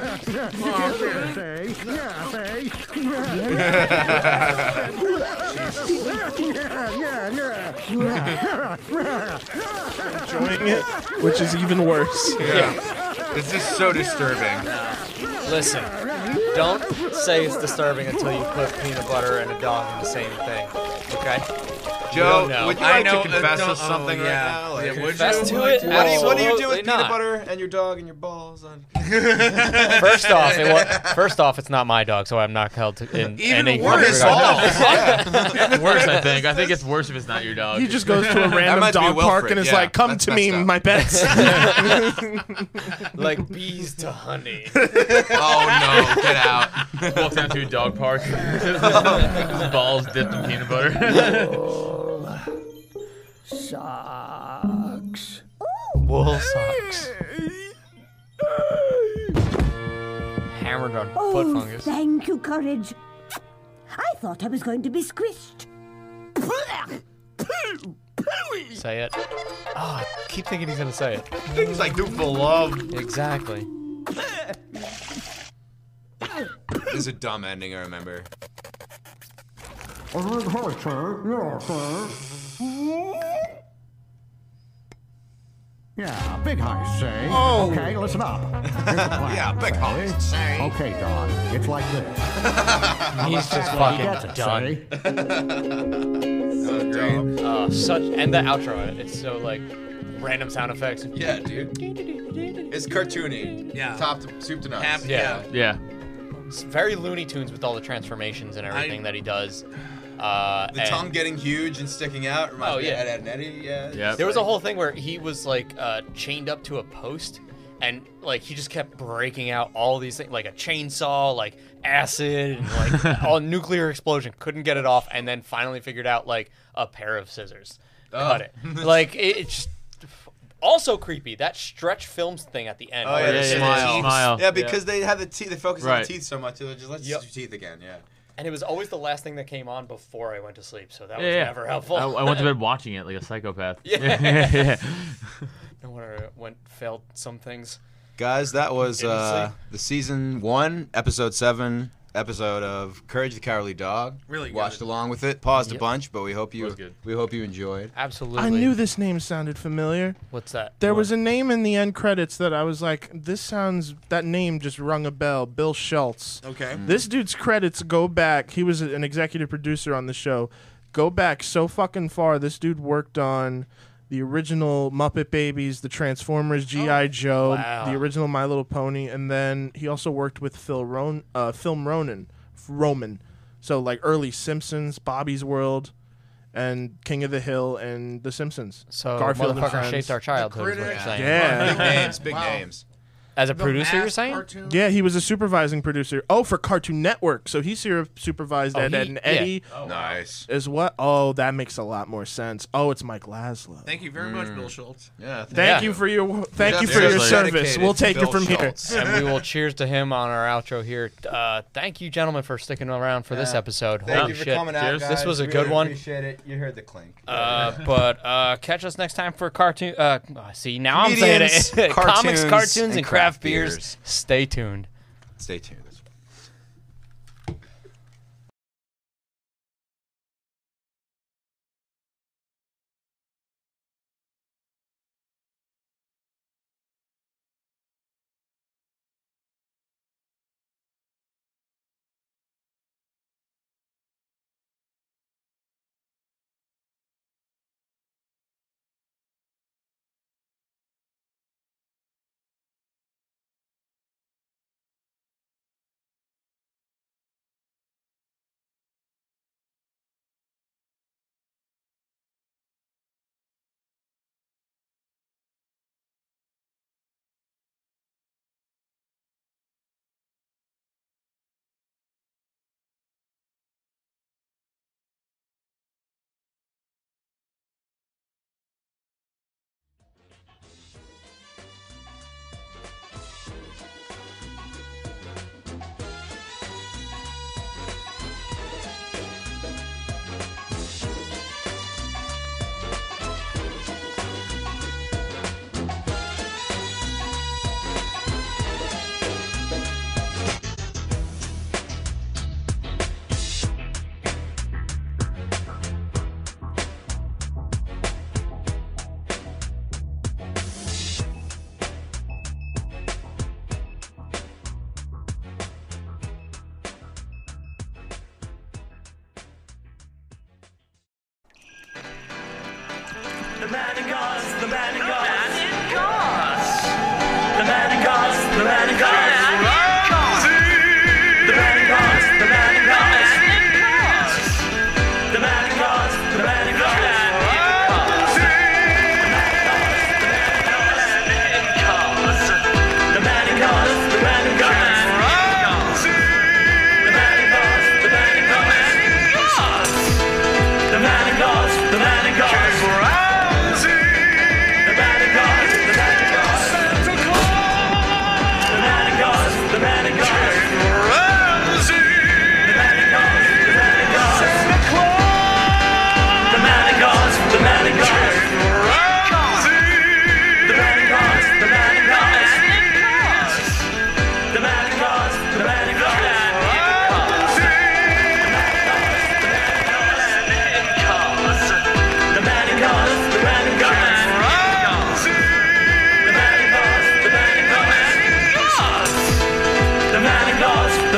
[SPEAKER 8] enjoying it, which is even worse.
[SPEAKER 5] This is so disturbing.
[SPEAKER 6] Listen, don't say it's disturbing until you put peanut butter and a dog in the same thing. Okay?
[SPEAKER 5] Joe,
[SPEAKER 6] don't know.
[SPEAKER 5] would you
[SPEAKER 2] I
[SPEAKER 5] like
[SPEAKER 2] know.
[SPEAKER 5] to confess
[SPEAKER 2] uh, no,
[SPEAKER 5] us something
[SPEAKER 2] oh,
[SPEAKER 5] right
[SPEAKER 2] yeah.
[SPEAKER 5] now? Like,
[SPEAKER 2] yeah, would
[SPEAKER 6] Best
[SPEAKER 2] you?
[SPEAKER 6] to it.
[SPEAKER 5] What do, you, what do you do
[SPEAKER 6] absolutely
[SPEAKER 5] with
[SPEAKER 6] not.
[SPEAKER 5] peanut butter and your dog and your balls on?
[SPEAKER 6] First off, it wa- first off, it's not my dog, so I'm not held to in
[SPEAKER 2] Even
[SPEAKER 6] any
[SPEAKER 2] worse.
[SPEAKER 6] regard.
[SPEAKER 4] It's worse, I think. I think it's worse if it's not your dog.
[SPEAKER 8] He just goes to a random
[SPEAKER 5] might be
[SPEAKER 8] dog park
[SPEAKER 5] Wilfred,
[SPEAKER 8] and is
[SPEAKER 5] yeah.
[SPEAKER 8] like, "Come
[SPEAKER 5] That's
[SPEAKER 8] to me,
[SPEAKER 5] messed up.
[SPEAKER 8] my pets."
[SPEAKER 6] Like bees to honey.
[SPEAKER 5] Oh no! Get out.
[SPEAKER 4] walks down to a dog park. His balls dipped in peanut butter.
[SPEAKER 6] Wool socks. Hammered on foot
[SPEAKER 3] Oh,
[SPEAKER 6] fungus.
[SPEAKER 3] thank you, courage. I thought I was going to be squished.
[SPEAKER 6] Say it. Ah, I keep thinking he's gonna say it.
[SPEAKER 5] Things I do for love.
[SPEAKER 6] Exactly.
[SPEAKER 5] This is a dumb ending. I remember.
[SPEAKER 9] Yeah, big heist, say. Okay, listen up. Here's the plan,
[SPEAKER 5] Oh. Yeah, big
[SPEAKER 9] say.
[SPEAKER 5] heist, say.
[SPEAKER 9] Okay, Don, it's like this.
[SPEAKER 6] He's just
[SPEAKER 9] He gets
[SPEAKER 6] fucking
[SPEAKER 9] it,
[SPEAKER 6] done.
[SPEAKER 9] say.
[SPEAKER 5] Uh, Dumb.
[SPEAKER 6] Oh, such and the outro. uh, It's so like random sound effects.
[SPEAKER 5] Yeah, dude. It's cartoony.
[SPEAKER 2] Yeah.
[SPEAKER 5] Top to, soup to nuts.
[SPEAKER 2] Happy.
[SPEAKER 6] Yeah.
[SPEAKER 2] Yeah.
[SPEAKER 4] yeah.
[SPEAKER 6] It's very Looney Tunes with all the transformations and everything
[SPEAKER 2] I-
[SPEAKER 6] that he does. Uh,
[SPEAKER 5] The
[SPEAKER 6] and
[SPEAKER 5] tongue getting huge and sticking out reminds
[SPEAKER 6] Oh,
[SPEAKER 5] me
[SPEAKER 6] yeah.
[SPEAKER 5] of Ed, Ed and Eddie. Yeah.
[SPEAKER 4] Yep.
[SPEAKER 6] There was a whole thing where he was like uh, chained up to a post, and like he just kept breaking out all these things, like a chainsaw, like acid, and like all nuclear explosion. Couldn't get it off, and then finally figured out like a pair of scissors
[SPEAKER 5] Oh.
[SPEAKER 6] cut it. Like it, it's just also creepy. That stretch films thing at the end.
[SPEAKER 5] Oh yeah,
[SPEAKER 6] where
[SPEAKER 5] the
[SPEAKER 6] it's
[SPEAKER 4] yeah,
[SPEAKER 6] just-
[SPEAKER 5] smile.
[SPEAKER 4] yeah, smile.
[SPEAKER 5] Yeah, because they have the teeth. They focus on
[SPEAKER 4] Right.
[SPEAKER 5] the teeth so much. They're just let's
[SPEAKER 6] Yep.
[SPEAKER 5] just do teeth again. Yeah.
[SPEAKER 6] And it was always the last thing that came on before I went to sleep, so that
[SPEAKER 4] Yeah,
[SPEAKER 6] was
[SPEAKER 4] yeah.
[SPEAKER 6] never helpful.
[SPEAKER 5] Oh,
[SPEAKER 4] I, I went to bed watching it like a psychopath.
[SPEAKER 6] Yeah.
[SPEAKER 4] yeah.
[SPEAKER 6] no wonder I went failed some things.
[SPEAKER 7] Guys, that was
[SPEAKER 6] Didn't
[SPEAKER 7] uh,
[SPEAKER 6] see.
[SPEAKER 7] the season one, episode seven, episode of Courage the Cowardly Dog.
[SPEAKER 2] Really good.
[SPEAKER 7] watched along with it, paused a bunch, but we hope you
[SPEAKER 4] Was good.
[SPEAKER 7] we hope you enjoyed.
[SPEAKER 6] Absolutely.
[SPEAKER 8] I knew this name sounded familiar.
[SPEAKER 6] What's that?
[SPEAKER 8] There
[SPEAKER 6] What?
[SPEAKER 8] was a name in the end credits that I was like, "This sounds." That name just rung a bell. Bill Schultz.
[SPEAKER 2] Okay.
[SPEAKER 6] Mm.
[SPEAKER 8] This dude's credits go back. He was an executive producer on the show. Go back so fucking far. This dude worked on the original Muppet Babies, the Transformers, G.I. Joe,
[SPEAKER 6] wow.
[SPEAKER 8] the original My Little Pony, and then he also worked with Phil Ron- uh, Film Ronan, F- Roman. So, like early Simpsons, Bobby's World, and King of the Hill, and The Simpsons.
[SPEAKER 6] So
[SPEAKER 8] Garfield and
[SPEAKER 6] motherfucker
[SPEAKER 8] Friends.
[SPEAKER 6] shaped our childhood. Is what you're
[SPEAKER 2] critic-
[SPEAKER 6] saying.
[SPEAKER 8] Yeah.
[SPEAKER 5] Big names. Big
[SPEAKER 2] Wow.
[SPEAKER 5] names.
[SPEAKER 6] As a
[SPEAKER 2] The
[SPEAKER 6] producer, you're
[SPEAKER 2] masked
[SPEAKER 6] saying?
[SPEAKER 2] cartoon?
[SPEAKER 8] Yeah, he was a supervising producer. Oh, for Cartoon Network. So he ser- supervised Ed,
[SPEAKER 6] Oh, he-
[SPEAKER 8] Ed, and
[SPEAKER 6] yeah.
[SPEAKER 8] Eddie
[SPEAKER 5] Oh, Nice.
[SPEAKER 8] as well. Oh, that makes a lot more sense. Oh, it's Mike Laszlo.
[SPEAKER 2] Thank you very
[SPEAKER 6] Mm.
[SPEAKER 2] much, Bill Schultz.
[SPEAKER 5] Yeah.
[SPEAKER 8] Thank
[SPEAKER 6] Yeah.
[SPEAKER 8] you for your thank you
[SPEAKER 5] Just
[SPEAKER 8] for your
[SPEAKER 5] seriously.
[SPEAKER 8] service.
[SPEAKER 5] Dedicated
[SPEAKER 8] We'll
[SPEAKER 5] to
[SPEAKER 8] take it
[SPEAKER 5] Bill
[SPEAKER 8] from here.
[SPEAKER 5] Schultz.
[SPEAKER 6] and we will cheers to him on our outro here. Uh, thank you, gentlemen, for sticking around for this episode.
[SPEAKER 7] Thank
[SPEAKER 6] Holy
[SPEAKER 7] you for
[SPEAKER 6] shit.
[SPEAKER 7] coming out,
[SPEAKER 4] Cheers.
[SPEAKER 7] guys.
[SPEAKER 6] This was a
[SPEAKER 7] Really
[SPEAKER 6] good one.
[SPEAKER 7] Appreciate it. You heard the clink.
[SPEAKER 6] Uh, but uh, catch us next time for cartoon. Uh, uh, see, now I'm saying it.
[SPEAKER 7] Comedians,
[SPEAKER 6] Comics,
[SPEAKER 7] cartoons,
[SPEAKER 6] cartoons, and,
[SPEAKER 7] and
[SPEAKER 6] craft
[SPEAKER 7] craft
[SPEAKER 6] beers.
[SPEAKER 7] beers.
[SPEAKER 6] Stay tuned.
[SPEAKER 7] Stay tuned.
[SPEAKER 9] The man in gauze, the man in gauze. The man in gauze. The man in gauze, the man in gauze. The man in gauze, the man in gauze. The man in gauze, the man in gauze. The man in gauze, the man in gauze. The man in gauze, the man in gauze. The man in gauze, the man in gauze. The man in gauze, the man in gauze. The man in gauze, the man in gauze. The man in gauze, the man in gauze. The man in gauze, the man in gauze. The man in gauze, the man in gauze. The man in gauze, the man in gauze. The man in cars, the man in cars. The man in cars, the man in cars. The man in cars, the man in cars. The man in cars, the man in cars. The man in cars, the man in cars. The man in cars, the man in cars. The man in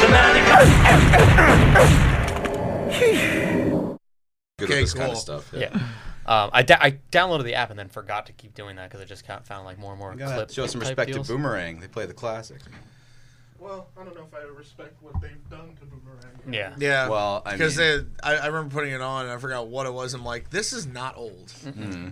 [SPEAKER 9] cars, the man in cars.
[SPEAKER 7] Good
[SPEAKER 2] Okay,
[SPEAKER 7] with this kind of
[SPEAKER 2] cool.
[SPEAKER 7] stuff.
[SPEAKER 6] Yeah. Um, I, da- I downloaded the app and then forgot to keep doing that because I just ca- found like more and more
[SPEAKER 7] Gotta
[SPEAKER 6] clips.
[SPEAKER 7] Show some
[SPEAKER 6] type
[SPEAKER 7] respect to
[SPEAKER 6] deals.
[SPEAKER 7] Boomerang. They play the classic.
[SPEAKER 8] Well, I don't know if I respect what they've done to Boomerang.
[SPEAKER 6] Yeah.
[SPEAKER 2] Yeah.
[SPEAKER 7] Well, I
[SPEAKER 2] because
[SPEAKER 7] mean-
[SPEAKER 2] I, I remember putting it on and I forgot what it was. I'm like, this is not old.
[SPEAKER 6] Mm-hmm.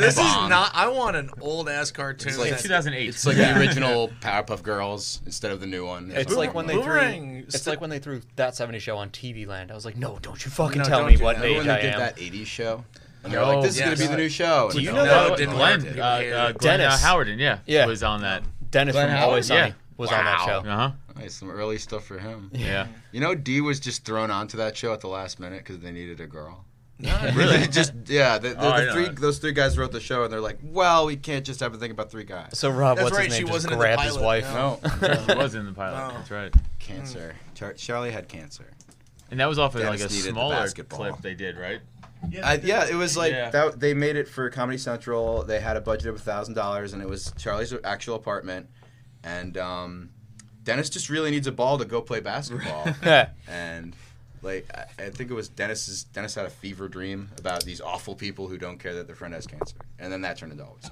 [SPEAKER 2] this is
[SPEAKER 7] Bomb.
[SPEAKER 2] not. I want an old ass cartoon.
[SPEAKER 7] like
[SPEAKER 2] that-
[SPEAKER 4] 2008.
[SPEAKER 7] It's like the original Powerpuff Girls instead of the new one.
[SPEAKER 6] It's like when they
[SPEAKER 2] Boomerang
[SPEAKER 6] threw. It's
[SPEAKER 2] st-
[SPEAKER 6] like when they threw that '70s show on TV Land. I was like, no, don't you fucking
[SPEAKER 2] No,
[SPEAKER 6] tell
[SPEAKER 2] don't
[SPEAKER 6] me
[SPEAKER 2] do
[SPEAKER 6] what
[SPEAKER 2] that.
[SPEAKER 6] age
[SPEAKER 7] when
[SPEAKER 6] I
[SPEAKER 7] they did
[SPEAKER 6] am.
[SPEAKER 7] that '80s show, and they're like,
[SPEAKER 4] Oh,
[SPEAKER 7] "This is
[SPEAKER 2] yes.
[SPEAKER 7] gonna be the new show."
[SPEAKER 4] Do you
[SPEAKER 7] No,
[SPEAKER 4] know
[SPEAKER 2] No,
[SPEAKER 4] that
[SPEAKER 2] it didn't
[SPEAKER 4] Glenn,
[SPEAKER 2] work.
[SPEAKER 4] uh, uh, Glenn
[SPEAKER 6] Dennis.
[SPEAKER 4] uh, Howard, yeah,
[SPEAKER 6] Yeah.
[SPEAKER 4] was on that.
[SPEAKER 6] Dennis
[SPEAKER 7] Glenn
[SPEAKER 6] from
[SPEAKER 7] Howard?
[SPEAKER 6] Always Sunny
[SPEAKER 4] Yeah.
[SPEAKER 6] was on that show.
[SPEAKER 4] Uh huh.
[SPEAKER 7] Nice, some early stuff for him.
[SPEAKER 4] Yeah.
[SPEAKER 7] You know, D was just thrown onto that show at the last minute because they needed a girl.
[SPEAKER 4] Really?
[SPEAKER 7] just yeah, the, the,
[SPEAKER 4] Oh, I
[SPEAKER 7] the
[SPEAKER 4] know
[SPEAKER 7] three
[SPEAKER 4] that.
[SPEAKER 7] those three guys wrote the show, and they're like, "Well, we can't just have a thing about three guys."
[SPEAKER 6] So Rob,
[SPEAKER 2] That's
[SPEAKER 6] what's
[SPEAKER 2] right,
[SPEAKER 6] his
[SPEAKER 2] she
[SPEAKER 6] name? Just
[SPEAKER 2] wasn't in the
[SPEAKER 6] grabbed his
[SPEAKER 2] pilot,
[SPEAKER 6] wife.
[SPEAKER 2] no.
[SPEAKER 7] No,
[SPEAKER 4] He was in the pilot.
[SPEAKER 2] Wow.
[SPEAKER 4] That's right.
[SPEAKER 7] cancer. Hmm. Char- Charlie had cancer.
[SPEAKER 4] And that was off of
[SPEAKER 7] Dennis
[SPEAKER 4] like a
[SPEAKER 7] needed the
[SPEAKER 4] smaller
[SPEAKER 7] basketball.
[SPEAKER 4] clip they did, right?
[SPEAKER 7] I, yeah, it was like
[SPEAKER 4] Yeah.
[SPEAKER 7] that. They made it for Comedy Central. They had a budget of thousand dollars, and it was Charlie's actual apartment. And um, Dennis just really needs a ball to go play basketball.
[SPEAKER 6] Yeah.
[SPEAKER 7] and like, I, I think it was Dennis's. Dennis had a fever dream about these awful people who don't care that their friend has cancer, and then that turned into always.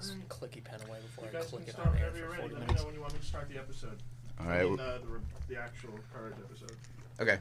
[SPEAKER 7] Sunny.
[SPEAKER 6] clicky pen away before
[SPEAKER 8] You
[SPEAKER 6] I
[SPEAKER 8] guys
[SPEAKER 6] click
[SPEAKER 8] can
[SPEAKER 6] it
[SPEAKER 8] start
[SPEAKER 6] on air
[SPEAKER 8] whenever you're
[SPEAKER 6] for
[SPEAKER 8] ready.
[SPEAKER 6] 40
[SPEAKER 8] Let me
[SPEAKER 6] minutes.
[SPEAKER 8] know when you want me to start the episode.
[SPEAKER 7] All
[SPEAKER 8] I
[SPEAKER 7] right.
[SPEAKER 8] mean, uh, the, re- the actual Courage episode.
[SPEAKER 7] Okay.